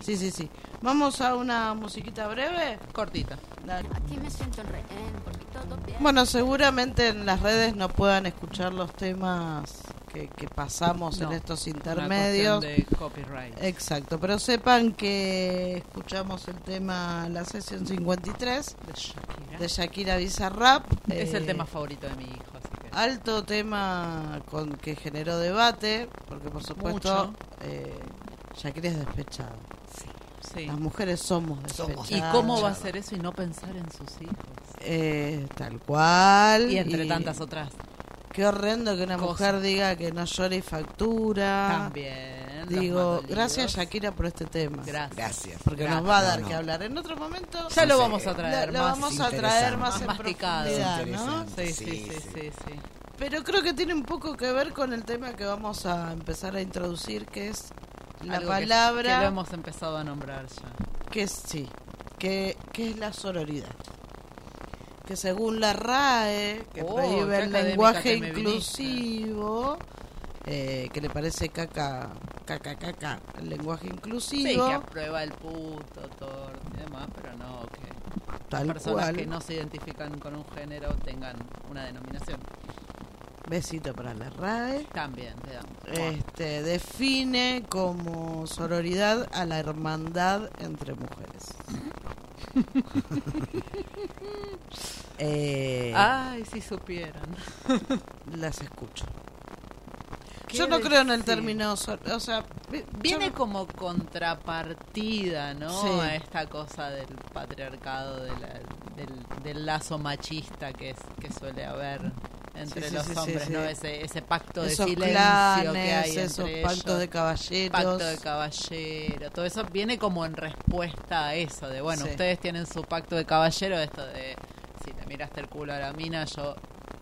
Sí, sí, sí. Vamos a una musiquita breve.
Cortita.
Dale.
Aquí me siento en rehén porque todo bien.
Bueno, seguramente en las redes no puedan escuchar los temas que, que pasamos
No,
en estos
Una
intermedios.
cuestión de copyright.
Exacto, pero sepan que escuchamos el tema La Sesión 53
De Shakira.
de Shakira Bizarrap.
Es
eh,
el tema favorito de mi hijo. así que-
Alto tema con que generó debate, porque por supuesto
Mucho.
eh, Shakira es despechada.
Sí.
Las mujeres somos
Somos.
despechadas.
¿Y cómo va a
Chava.
ser eso y no pensar en sus hijos?
Eh, tal cual.
Y entre tantas otras.
Qué horrendo que una
cosas.
mujer diga que no llore y factura.
También. los
ah, Digo,
malolidos.
gracias Shakira por este tema.
Gracias.
Gracias.
Porque
Gracias.
nos va a
No,
dar
no.
que hablar. En otro momento
Ya lo
Sí.
vamos a traer
lo, lo
más.
vamos a traer más,
Más
en
masticado.
profundidad, ¿no?
Interesante.
Sí, sí, sí,
Sí,
sí,
sí.
sí.
Pero creo que tiene un poco que ver con el tema que vamos a empezar a introducir, que es la
Algo que- Que, lo
palabra
hemos empezado a nombrar ya.
que, es sí, que, que es la sororidad. Que según la RAE, que
Oh,
prohíbe
qué
el
académica
lenguaje
que me viniste.
inclusivo, eh, que le parece caca, caca, caca, el lenguaje
Sí,
inclusivo,
que aprueba el puto, torta y demás, pero no que
tal
personas
cual.
que no se identifican con un género tengan una denominación.
Besito para la RAE.
También, te damos.
este, define como sororidad a la hermandad entre mujeres. Eh,
Ay, si supieran.
Las escucho.
¿Qué
Yo no creo en el
decir?
término, sor- o sea, vi- yo
Viene
no-
como contrapartida, ¿no?
Sí.
A esta cosa del patriarcado, de la- del, del lazo machista que, es, que suele haber entre
Sí, sí,
los
sí, sí,
hombres,
sí.
¿no? Ese, ese pacto de
esos
silencio
clanes,
que hay entre
esos
ellos.
pactos de caballeros.
Pacto de caballero, todo eso viene como en respuesta a eso, de bueno,
Sí.
ustedes tienen su pacto de caballero, esto de si te miraste el culo a la mina, yo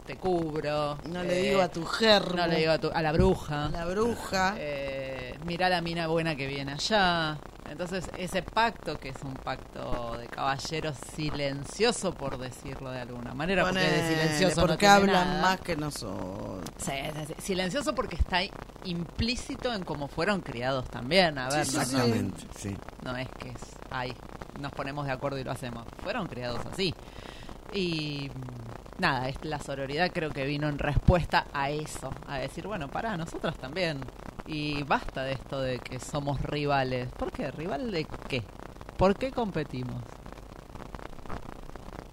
te cubro.
no
eh,
le digo a tu germo,
no le digo a, tu- a la bruja.
a la bruja.
eh, mirá la mina buena que viene allá. Entonces, ese pacto, que es un pacto de caballero silencioso, por decirlo de alguna manera, porque de
ponele,
silencioso no
porque
tiene
hablan
nada.
más que nosotros.
Sí, sí, sí. Silencioso porque está implícito en cómo fueron criados también. A ver,
Sí,
no,
sí, sí.
no-
Exactamente, sí.
no es que es, ay, nos ponemos de acuerdo y lo hacemos. Fueron criados así. Y mm, nada, es- la sororidad creo que vino en respuesta a eso, a decir, bueno, para nosotras también. Y basta de esto de que somos rivales. ¿Por qué? ¿Rival de qué? ¿Por qué competimos?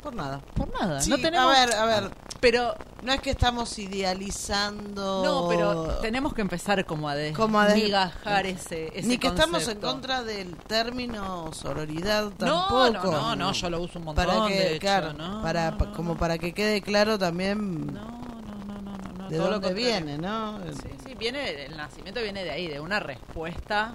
Por nada.
Por nada.
Sí,
no tenemos
A ver, a ver.
Pero
No es que estamos idealizando.
no, pero tenemos que empezar como a
Oh. Como a de-
desmigajar ese, ese
Ni que estamos en
concepto.
contra del término sororidad
No,
tampoco.
no, no, no, yo lo uso un montón,
Para que,
de hecho,
claro,
no,
para,
no,
pa-
no,
como
no.
para que quede claro también
No, no, no, no, no, no,
de
todo lo
dónde
contrario.
viene, ¿no?
Sí, sí, viene, el nacimiento viene de ahí, de una respuesta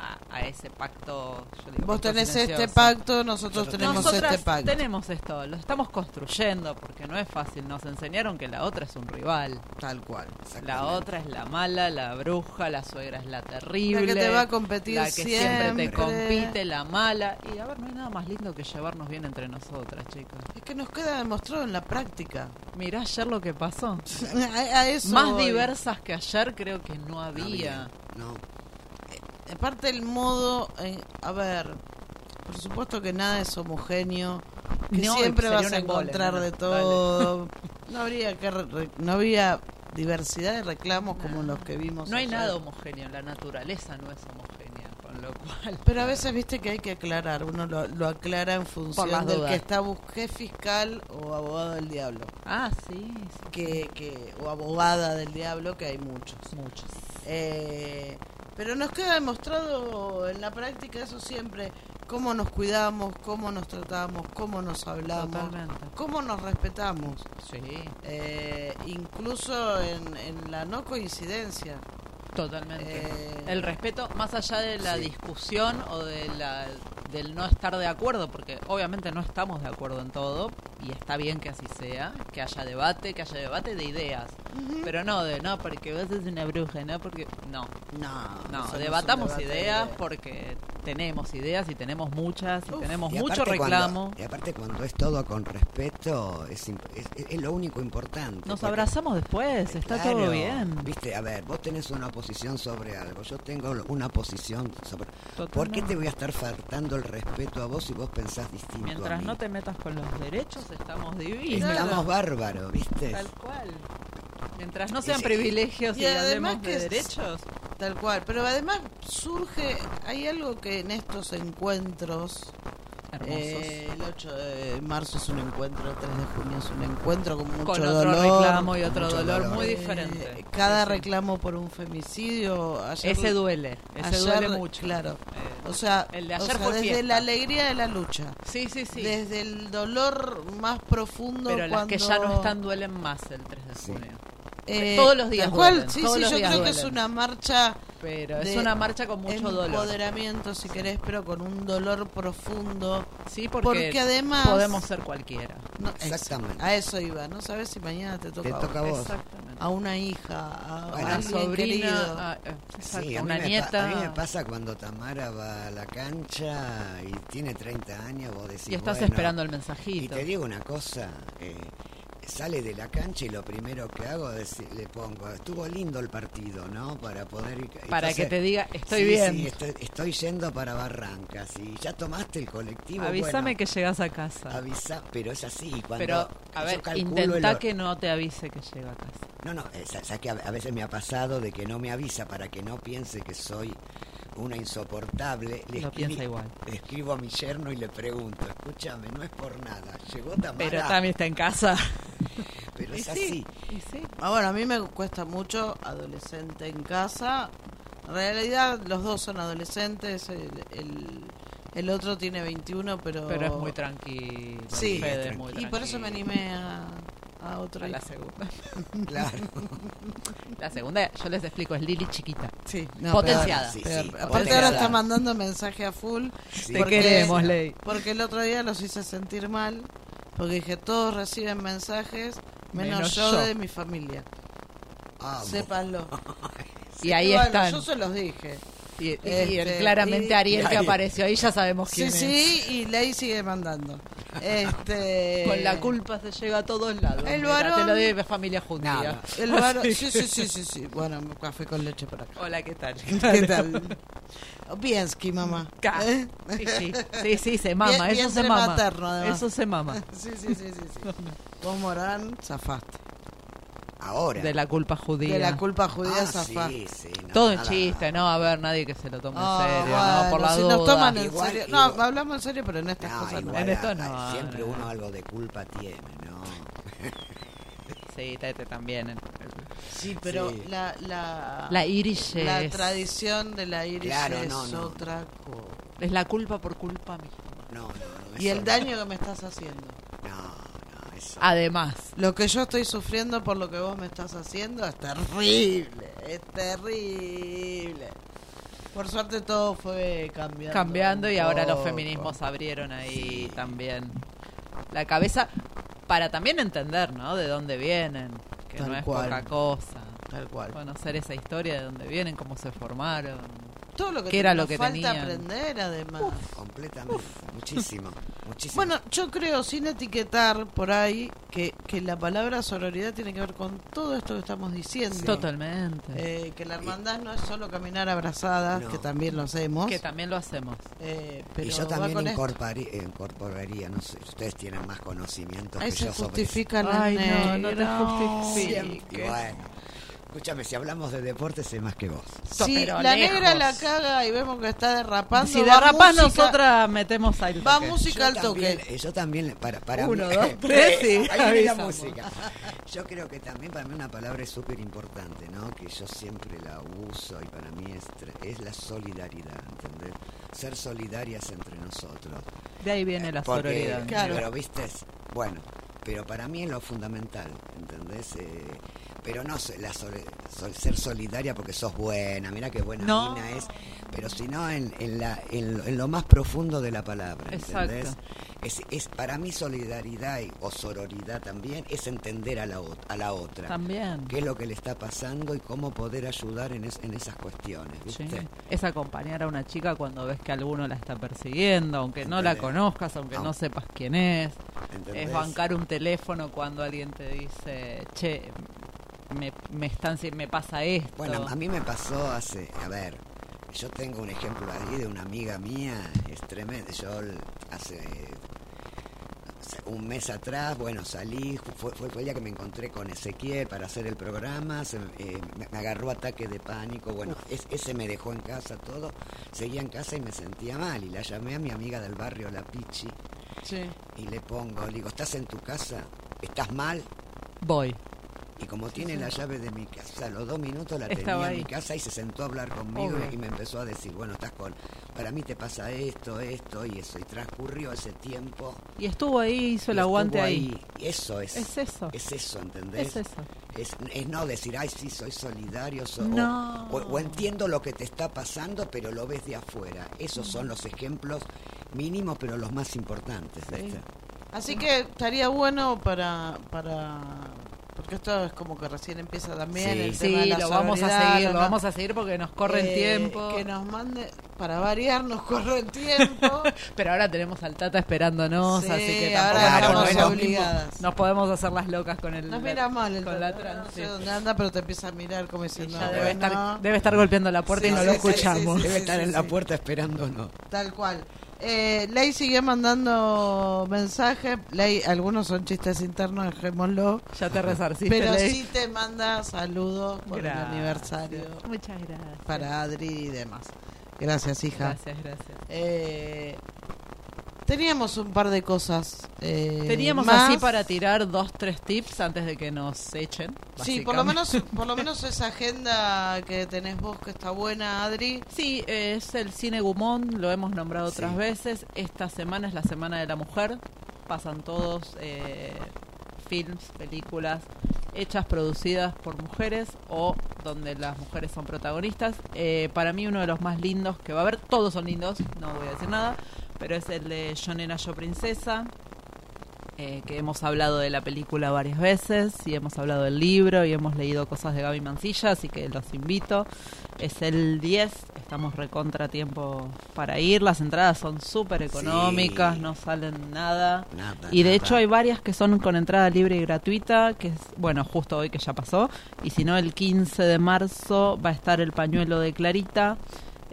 a, a ese pacto. yo digo,
Vos
pacto
tenés este
silencioso.
pacto, nosotros
Nosotros
tenemos
Nosotras
este pacto.
tenemos esto, lo estamos construyendo porque no es fácil. Nos enseñaron que la otra es un rival,
Tal cual.
la
exactamente.
otra es la mala, la bruja, la suegra es la
La
terrible,
que te va a competir
la que siempre
siempre.
te compite, la mala. Y a ver, no hay nada más lindo que llevarnos bien entre nosotras, chicas.
Es que nos queda demostrado en la práctica.
Mirá ayer lo que pasó.
A, a eso
Más
voy.
diversas que ayer creo que no
No,
había.
bien, no.
Aparte el modo, eh, a ver, por supuesto que nada es homogéneo, que
No,
siempre
sería
vas
un
a
embole,
encontrar
nena,
de
dale.
todo. No habría que re- re- no había diversidad de reclamos como
No.
los que vimos.
No hay
ayer.
nada homogéneo, la naturaleza no es homogénea, con lo cual.
Pero a veces viste que hay que aclarar, uno lo, lo aclara en función
las
del
dudas.
que está busque fiscal o abogado del diablo,
Ah, sí, sí,
que, que o abogada del diablo que hay muchos.
muchos.
Eh, pero nos queda demostrado en la práctica eso siempre, cómo nos cuidamos, cómo nos tratamos, cómo nos hablamos,
Totalmente.
cómo nos respetamos,
Sí,
Eh, incluso en, en la no coincidencia.
totalmente.
Eh,
El respeto, más allá de la discusión o de la, del no estar de acuerdo, porque obviamente no estamos de acuerdo en todo, y está bien que así sea, que haya debate, que haya debate de ideas, pero no de no, porque vos sos una bruja, no, porque. No,
no,
no,
eso es un
debatamos
debate de
ideas
ideas.
porque tenemos ideas y tenemos muchas y
Uf,
tenemos
Y
mucho
aparte
reclamo.
eh,
Cuando, y aparte cuando es todo con respeto, es, imp- es- es- es lo único importante.
Nos
porque-
abrazamos después, está todo
Claro.
bien.
Viste, a ver, vos tenés una posición sobre algo, yo tengo una posición sobre... ¿Por qué
Totalmente.
te voy a estar faltando el respeto a vos si vos pensás distinto a
Mientras
mí?
no te metas con los derechos, estamos divinos.
Estamos bárbaros, ¿viste?
Tal cual. Mientras no sean
Y-
privilegios y,
y además
hablemos
que
de
es-
derechos.
Tal cual, pero además surge, hay algo que en estos encuentros
Hermosos.
Eh, el 8 de marzo es un encuentro, el 3 de junio es un encuentro con mucho
con otro
dolor.
reclamo y
con
otro
mucho
dolor,
dolor.
muy
Eh,
diferente.
cada
Sí, sí.
reclamo por un femicidio. Ayer,
Ese duele, ese
ayer,
duele mucho.
Claro.
Eh,
O sea,
El de
o
ayer
sea,
fue
desde
fiesta.
la alegría de la lucha,
sí, sí, sí.
desde el dolor más profundo.
Pero las que ya
cuando,
no están duelen más el 3 de
Sí.
junio.
eh,
todos los días
tal cual,
duelen,
sí,
todos
sí,
los
yo
días
creo que es
duelen.
una marcha
Pero es
de-
una marcha con mucho dolor.
empoderamiento, si querés, pero con un dolor profundo.
Sí, porque,
Porque, además
podemos ser cualquiera.
No,
Exactamente.
ex- A eso iba. No sabes si mañana te toca,
Te
a vos.
toca a vos.
Exactamente.
a una hija, a, a
Bueno,
una
alguien querido.
sobrina, a- eh, exacto,
Sí, a mí
una
me pa-
nieta.
a mí me pasa cuando Tamara va a la cancha y tiene 30 años, vos decís...
y estás
bueno,
esperando el
Y
mensajito.
te digo una cosa, eh, sale de la cancha y lo primero que hago es le pongo, estuvo lindo el partido, ¿no? Para poder ir...
para
entonces,
que te diga, estoy
sí,
bien.
sí, estoy, estoy yendo para Barrancas y ya tomaste el colectivo.
Avísame
bueno,
que llegas a casa.
Avisa, pero es así. Cuando
Pero, a
yo
ver,
calculo el
intenta
hor-
que no te avise que llego a casa.
No, no, eh, sa- sa- que a a veces me ha pasado de que no me avisa para que no piense que soy una insoportable. Le
Lo
escribí-
piensa igual.
le escribo a mi yerno y le pregunto, escúchame, no es por nada, llegó Tamara,
Pero
pero,
también está en casa. Y
es
sí,
así.
y sí.
Ah, bueno, a mí me cuesta mucho adolescente en casa. En realidad los dos son adolescentes. El, el, el otro tiene 21, pero...
Pero
Oh.
es muy tranquilo.
Sí,
Fede,
es
muy
Y por eso me
tranquilo.
animé a, a otro.
A la
hijo.
segunda.
Claro.
La segunda, yo les explico, es Lili chiquita.
Sí, no,
Potenciada.
Sí,
pero-
sí,
pero aparte
potenciada.
ahora está mandando mensaje a full
Sí.
Te
Porque-
queremos, Ley.
porque el otro día los hice sentir mal porque dije todos reciben mensajes menos,
Menos
yo,
yo.
de mi familia.
Ah,
Sépanlo.
Y ahí
Y bueno,
están.
Yo se los dije.
Y, y- y el-
Este,
claramente
y-
Ariel que
Ariel.
apareció ahí, ya sabemos
Sí,
quién es.
sí, y Ley sigue mandando. Este,
Con la culpa se llega a todos lados.
El
Mira,
varón-
Te lo debe familia judía.
Nada.
El varón- sí, sí, sí, sí, sí. Bueno, café con leche por acá.
Hola, ¿qué tal?
¿Qué tal? Biensky, mamá.
Ca-
¿Eh?
Sí, sí, sí, sí, se mama,
Bien-
eso se
vientre
mama.
materno, además.
Eso se mama.
Sí, sí, sí, sí. sí. Vos, Morán, zafaste.
Ahora.
De la culpa judía.
De la culpa judía,
Ah,
zafaste.
sí, sí, no,
Todo un
nada.
chiste, ¿no? A ver, nadie que se lo tome
Ah,
en serio,
bueno,
¿no? Por la
si
duda.
nos toman en
Igual-
serio.
igual-
No, hablamos en serio,
Ah,
pero en estas
No,
cosas no.
igual
En esto
a-
no,
siempre
no.
uno algo de culpa tiene, ¿no?
Sí, Tete también. el-
Sí, pero
Sí.
la, la,
La Irish
la
es,
tradición de la iris
Claro,
es
no, no.
otra cosa.
es la culpa por culpa mía.
No, no, no.
Y
eso
el daño que me estás haciendo.
No, no, no,
Ah.
eso.
Además,
Lo que yo estoy sufriendo por lo que vos me estás haciendo es terrible, es terrible. Por suerte todo fue cambiando.
cambiando
un
y ahora los
poco.
feminismos abrieron ahí también la cabeza para también entender, ¿no? De dónde vienen, que
Tal
no es
cual.
poca cosa.
Tal cual.
Conocer esa historia de dónde vienen, cómo se formaron.
todo lo que,
¿qué era
nos
lo que
falta
tenían?
aprender además.
Completamente. Muchísimo. Muchísimo.
Bueno, yo creo, sin etiquetar por ahí, que, que la palabra sororidad tiene que ver con todo esto que estamos diciendo.
Totalmente.
Eh, que la hermandad no es solo caminar abrazadas,
No.
que también lo hacemos.
que también lo hacemos.
eh, pero
y yo
va
también
con esto.
incorporaría, incorporaría, no sé, ustedes tienen más conocimiento
Ahí
que
se
yo sobre eso.
justifican las
Ay, no, no te
negras.
justifiques.
Y bueno, escúchame, si hablamos de deporte sé más que vos.
Si
Pero
la
lejos.
negra la caga y vemos que está derrapando,
Si
va
derrapás,
música-
nosotras metemos al
va
toque.
música al
yo también,
toque.
eh, yo también, para, para
Uno,
mí-
dos, tres, sí,
ahí viene la
avisamos.
música. Yo creo que también para mí una palabra es súper importante, ¿no? Que yo siempre la uso y para mí es, tre- es la solidaridad, ¿entendés? Ser solidarias entre nosotros.
De ahí viene la
Porque-
sororidad.
Eh, Claro.
Pero viste, es- bueno, pero para mí es lo fundamental, ¿entendés? Eh, pero no sé, la sole- sol- ser solidaria porque sos buena, mirá qué buena
No.
mina es, pero sino en, en, la, en, lo, en lo más profundo de la palabra, ¿entendés?
Exacto.
Es, es, para mí solidaridad y- o sororidad también es entender a la, ot- a la otra.
También.
qué es lo que le está pasando y cómo poder ayudar en, es- en esas cuestiones,
Sí.
¿viste?
Es acompañar a una chica cuando ves que alguno la está persiguiendo, aunque no la
Entendés.
conozcas, aunque no
No.
sepas quién es.
¿Entendés?
Es bancar un teléfono cuando alguien te dice, che, me, me, están, si- me pasa esto.
Bueno, a mí me pasó hace, a ver, yo tengo un ejemplo ahí de una amiga mía, es tremendo, yo l- hace hace un mes atrás, bueno, salí, fue, fue, fue el día que me encontré con Ezequiel para hacer el programa, se- eh, me, me agarró ataque de pánico, bueno, es- ese me dejó en casa todo, seguía en casa y me sentía mal y la llamé a mi amiga del barrio, la Pichi,
Sí.
y le pongo, le digo, ¿estás en tu casa? ¿Estás mal?
Voy.
Y como tiene la llave de mi casa, a los dos minutos la
Estaba
tenía en mi
ahí.
casa y se sentó a hablar conmigo
Obvio.
y me empezó a decir, bueno, estás con, para mí te pasa esto, esto y eso. Y transcurrió ese tiempo.
Y estuvo ahí, hizo el
y
aguante
estuvo
ahí.
Y Eso es.
Es eso.
Es eso, ¿entendés?
Es eso.
Es, es no decir, ay, sí, soy solidario, so-
No.
o, o entiendo lo que te está pasando, pero lo ves de afuera. Esos son los ejemplos mínimos, pero los más importantes. este. ¿viste?
Así que estaría bueno para, para porque esto es como que recién empieza también
Sí.
el tema de
Sí,
la
lo vamos a
sororidad,
seguir,
¿no?
lo vamos a seguir porque nos corre el
Eh,
tiempo.
Que nos mande, para variar, nos corre el tiempo.
Pero ahora tenemos al Tata esperándonos,
Sí,
así que
ahora
tampoco
estamos
nos podemos-
obligadas.
Nos podemos hacer las locas con el
Nos mira mal el
con la
tata,
trans.
No
sí.
sé dónde anda, pero te empieza a mirar como diciendo,
Ya
"Bueno".
debe, estar, debe estar golpeando la puerta y
Sí,
no
sí,
lo
sí,
escuchamos.
sí,
Debe
sí,
estar
sí,
en la
sí.
puerta esperándonos.
Tal cual. Eh, Ley sigue mandando mensajes. Ley, algunos son chistes internos, dejémoslo.
Ya te resarciste.
pero
Ley.
sí te manda saludos por
Gracias.
el aniversario
Muchas gracias.
para Adri y demás. Gracias, hija.
Gracias, gracias.
Eh, teníamos un par de cosas. eh,
Teníamos
más.
así para tirar dos, tres tips antes de que nos echen.
Sí, por lo menos, por lo menos esa agenda que tenés vos que está buena, Adri.
Sí, eh, es el cine Gumón, lo hemos nombrado otras
Sí.
veces. Esta semana es la Semana de la Mujer. Pasan todos eh, films, películas hechas, producidas por mujeres o donde las mujeres son protagonistas. Eh, para mí uno de los más lindos que va a haber, todos son lindos, no voy a decir nada, pero es el de Yo Nena, Yo Princesa, eh, que hemos hablado de la película varias veces y hemos hablado del libro y hemos leído cosas de Gaby Mancilla, así que los invito. Es el 10, estamos recontra tiempo para ir, las entradas son súper económicas,
Sí.
no salen nada.
Nada,
Y de
nada.
hecho hay varias que son con entrada libre y gratuita, que es, bueno, justo hoy que ya pasó. Y si no, el 15 de marzo va a estar el pañuelo de Clarita,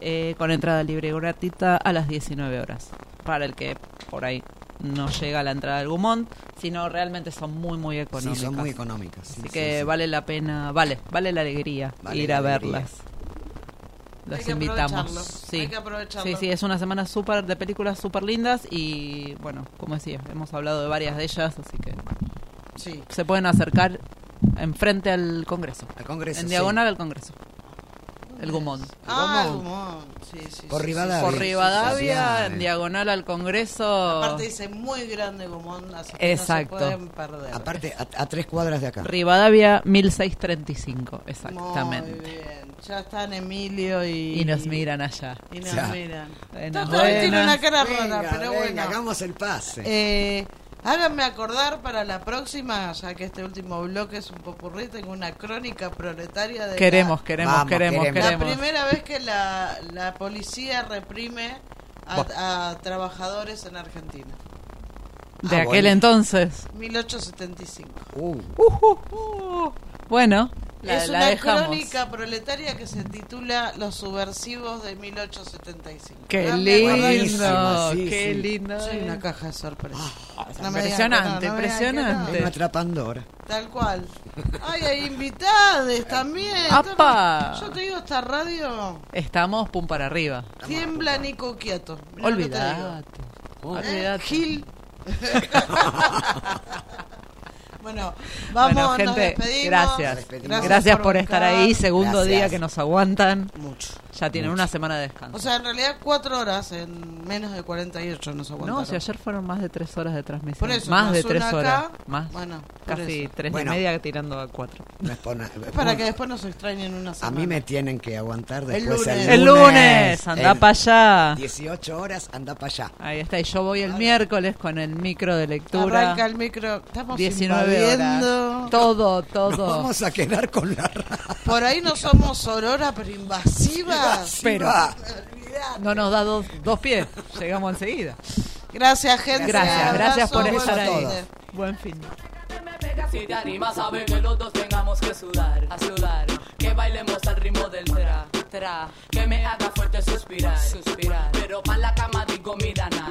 eh, con entrada libre y gratuita a las 19 horas. Para el que por ahí no llega a la entrada del Gumont, sino realmente son muy, muy económicas.
Sí, son muy económicas. sí,
Así
sí,
que
sí.
vale la pena, vale, vale la alegría
Vale
ir
la
a
alegría.
verlas.
Hay
Las
que
invitamos.
aprovecharlo,
Sí.
hay que aprovecharlo.
Sí, sí, es una semana súper de películas súper lindas y bueno, como decía, hemos hablado de varias de ellas, así que
Sí.
se pueden acercar enfrente al Congreso.
Al Congreso.
En
sí.
diagonal al Congreso. El Gumón.
Ah,
Gomón.
Gomón. Sí, sí, sí,
Por
sí.
Rivadavia.
Por Rivadavia,
Sabía, eh.
en diagonal al Congreso.
Aparte dice muy grande Gomón, así que
Exacto.
no se pueden perder.
Aparte, a, a tres cuadras de acá.
Rivadavia 1635,
Muy
exactamente.
bien. Ya están Emilio y...
Y nos miran allá. Eh,
Y nos
Ya.
miran.
Bueno,
Todos tienen
bueno.
una cara
Venga,
rara, pero
venga,
bueno.
hagamos el pase.
Eh, háganme acordar para la próxima, ya que este último bloque es un popurrí, tengo una crónica proletaria de la-
Queremos, queremos,
Vamos,
queremos,
la,
queremos.
queremos.
primera vez que la, la policía reprime a, a trabajadores en Argentina.
De
Ah,
aquel
bueno.
entonces.
1875.
Uh,
Ujú, uh, bueno, la,
es
la
una
dejamos.
crónica proletaria que se titula Los subversivos de 1875.
Qué
Ah, me acordé de eso.
lindo,
Buenísima, sí,
qué
sí.
lindo.
Soy
es.
una caja de sorpresas. No me digan que no,
Ah, impresionante,
no me digan que
es
impresionante.
nuestra Pandora.
Tal cual. Ay, hay invitades también.
¡Apa!
Yo te digo, esta radio
Estamos pum para arriba.
tiembla Nico Quieto. Mirá lo que te digo.
Olvidate.
Eh,
Olvidate.
Gil. bueno, vamos,
bueno,
nos
gente,
despedimos.
gracias.
Nos despedimos.
Gracias, por estar ahí.
bancar.
Segundo
Gracias.
día que nos aguantan.
Mucho.
Ya tienen
Mucho.
una semana de
O
descanso.
sea, en realidad cuatro horas en menos de 48 nos aguantaron.
No, si ayer fueron más de tres horas de transmisión.
Por eso,
más de
una
tres
acá,
horas. Más.
Bueno, por
Casi
eso.
tres
Bueno.
y media tirando a cuatro.
No es por na-
Es para que después nos extrañen una
uh, A
semana.
mí me tienen que aguantar después el
lunes.
lunes.
El lunes, anda
El
para allá.
18 horas, anda para allá.
Ahí está, y yo voy el miércoles con el micro de lectura.
Arranca el micro. Estamos
19
invadiendo.
horas. Todo,
Nos
todo.
vamos a quedar con la radio.
Por ahí no somos sororas, pero invasivas.
Pero-
Olvidate.
No nos da dos, dos pies. Llegamos enseguida.
Gracias, gente.
Gracias, gracias por
Abrazo,
estar ahí.
buenos días.
Buen fin.
Si te animas a ver que los dos tengamos que sudar, a sudar, que bailemos al ritmo del tra, tra, que me haga fuerte suspirar, suspirar, pero pa' la cama digo mira na,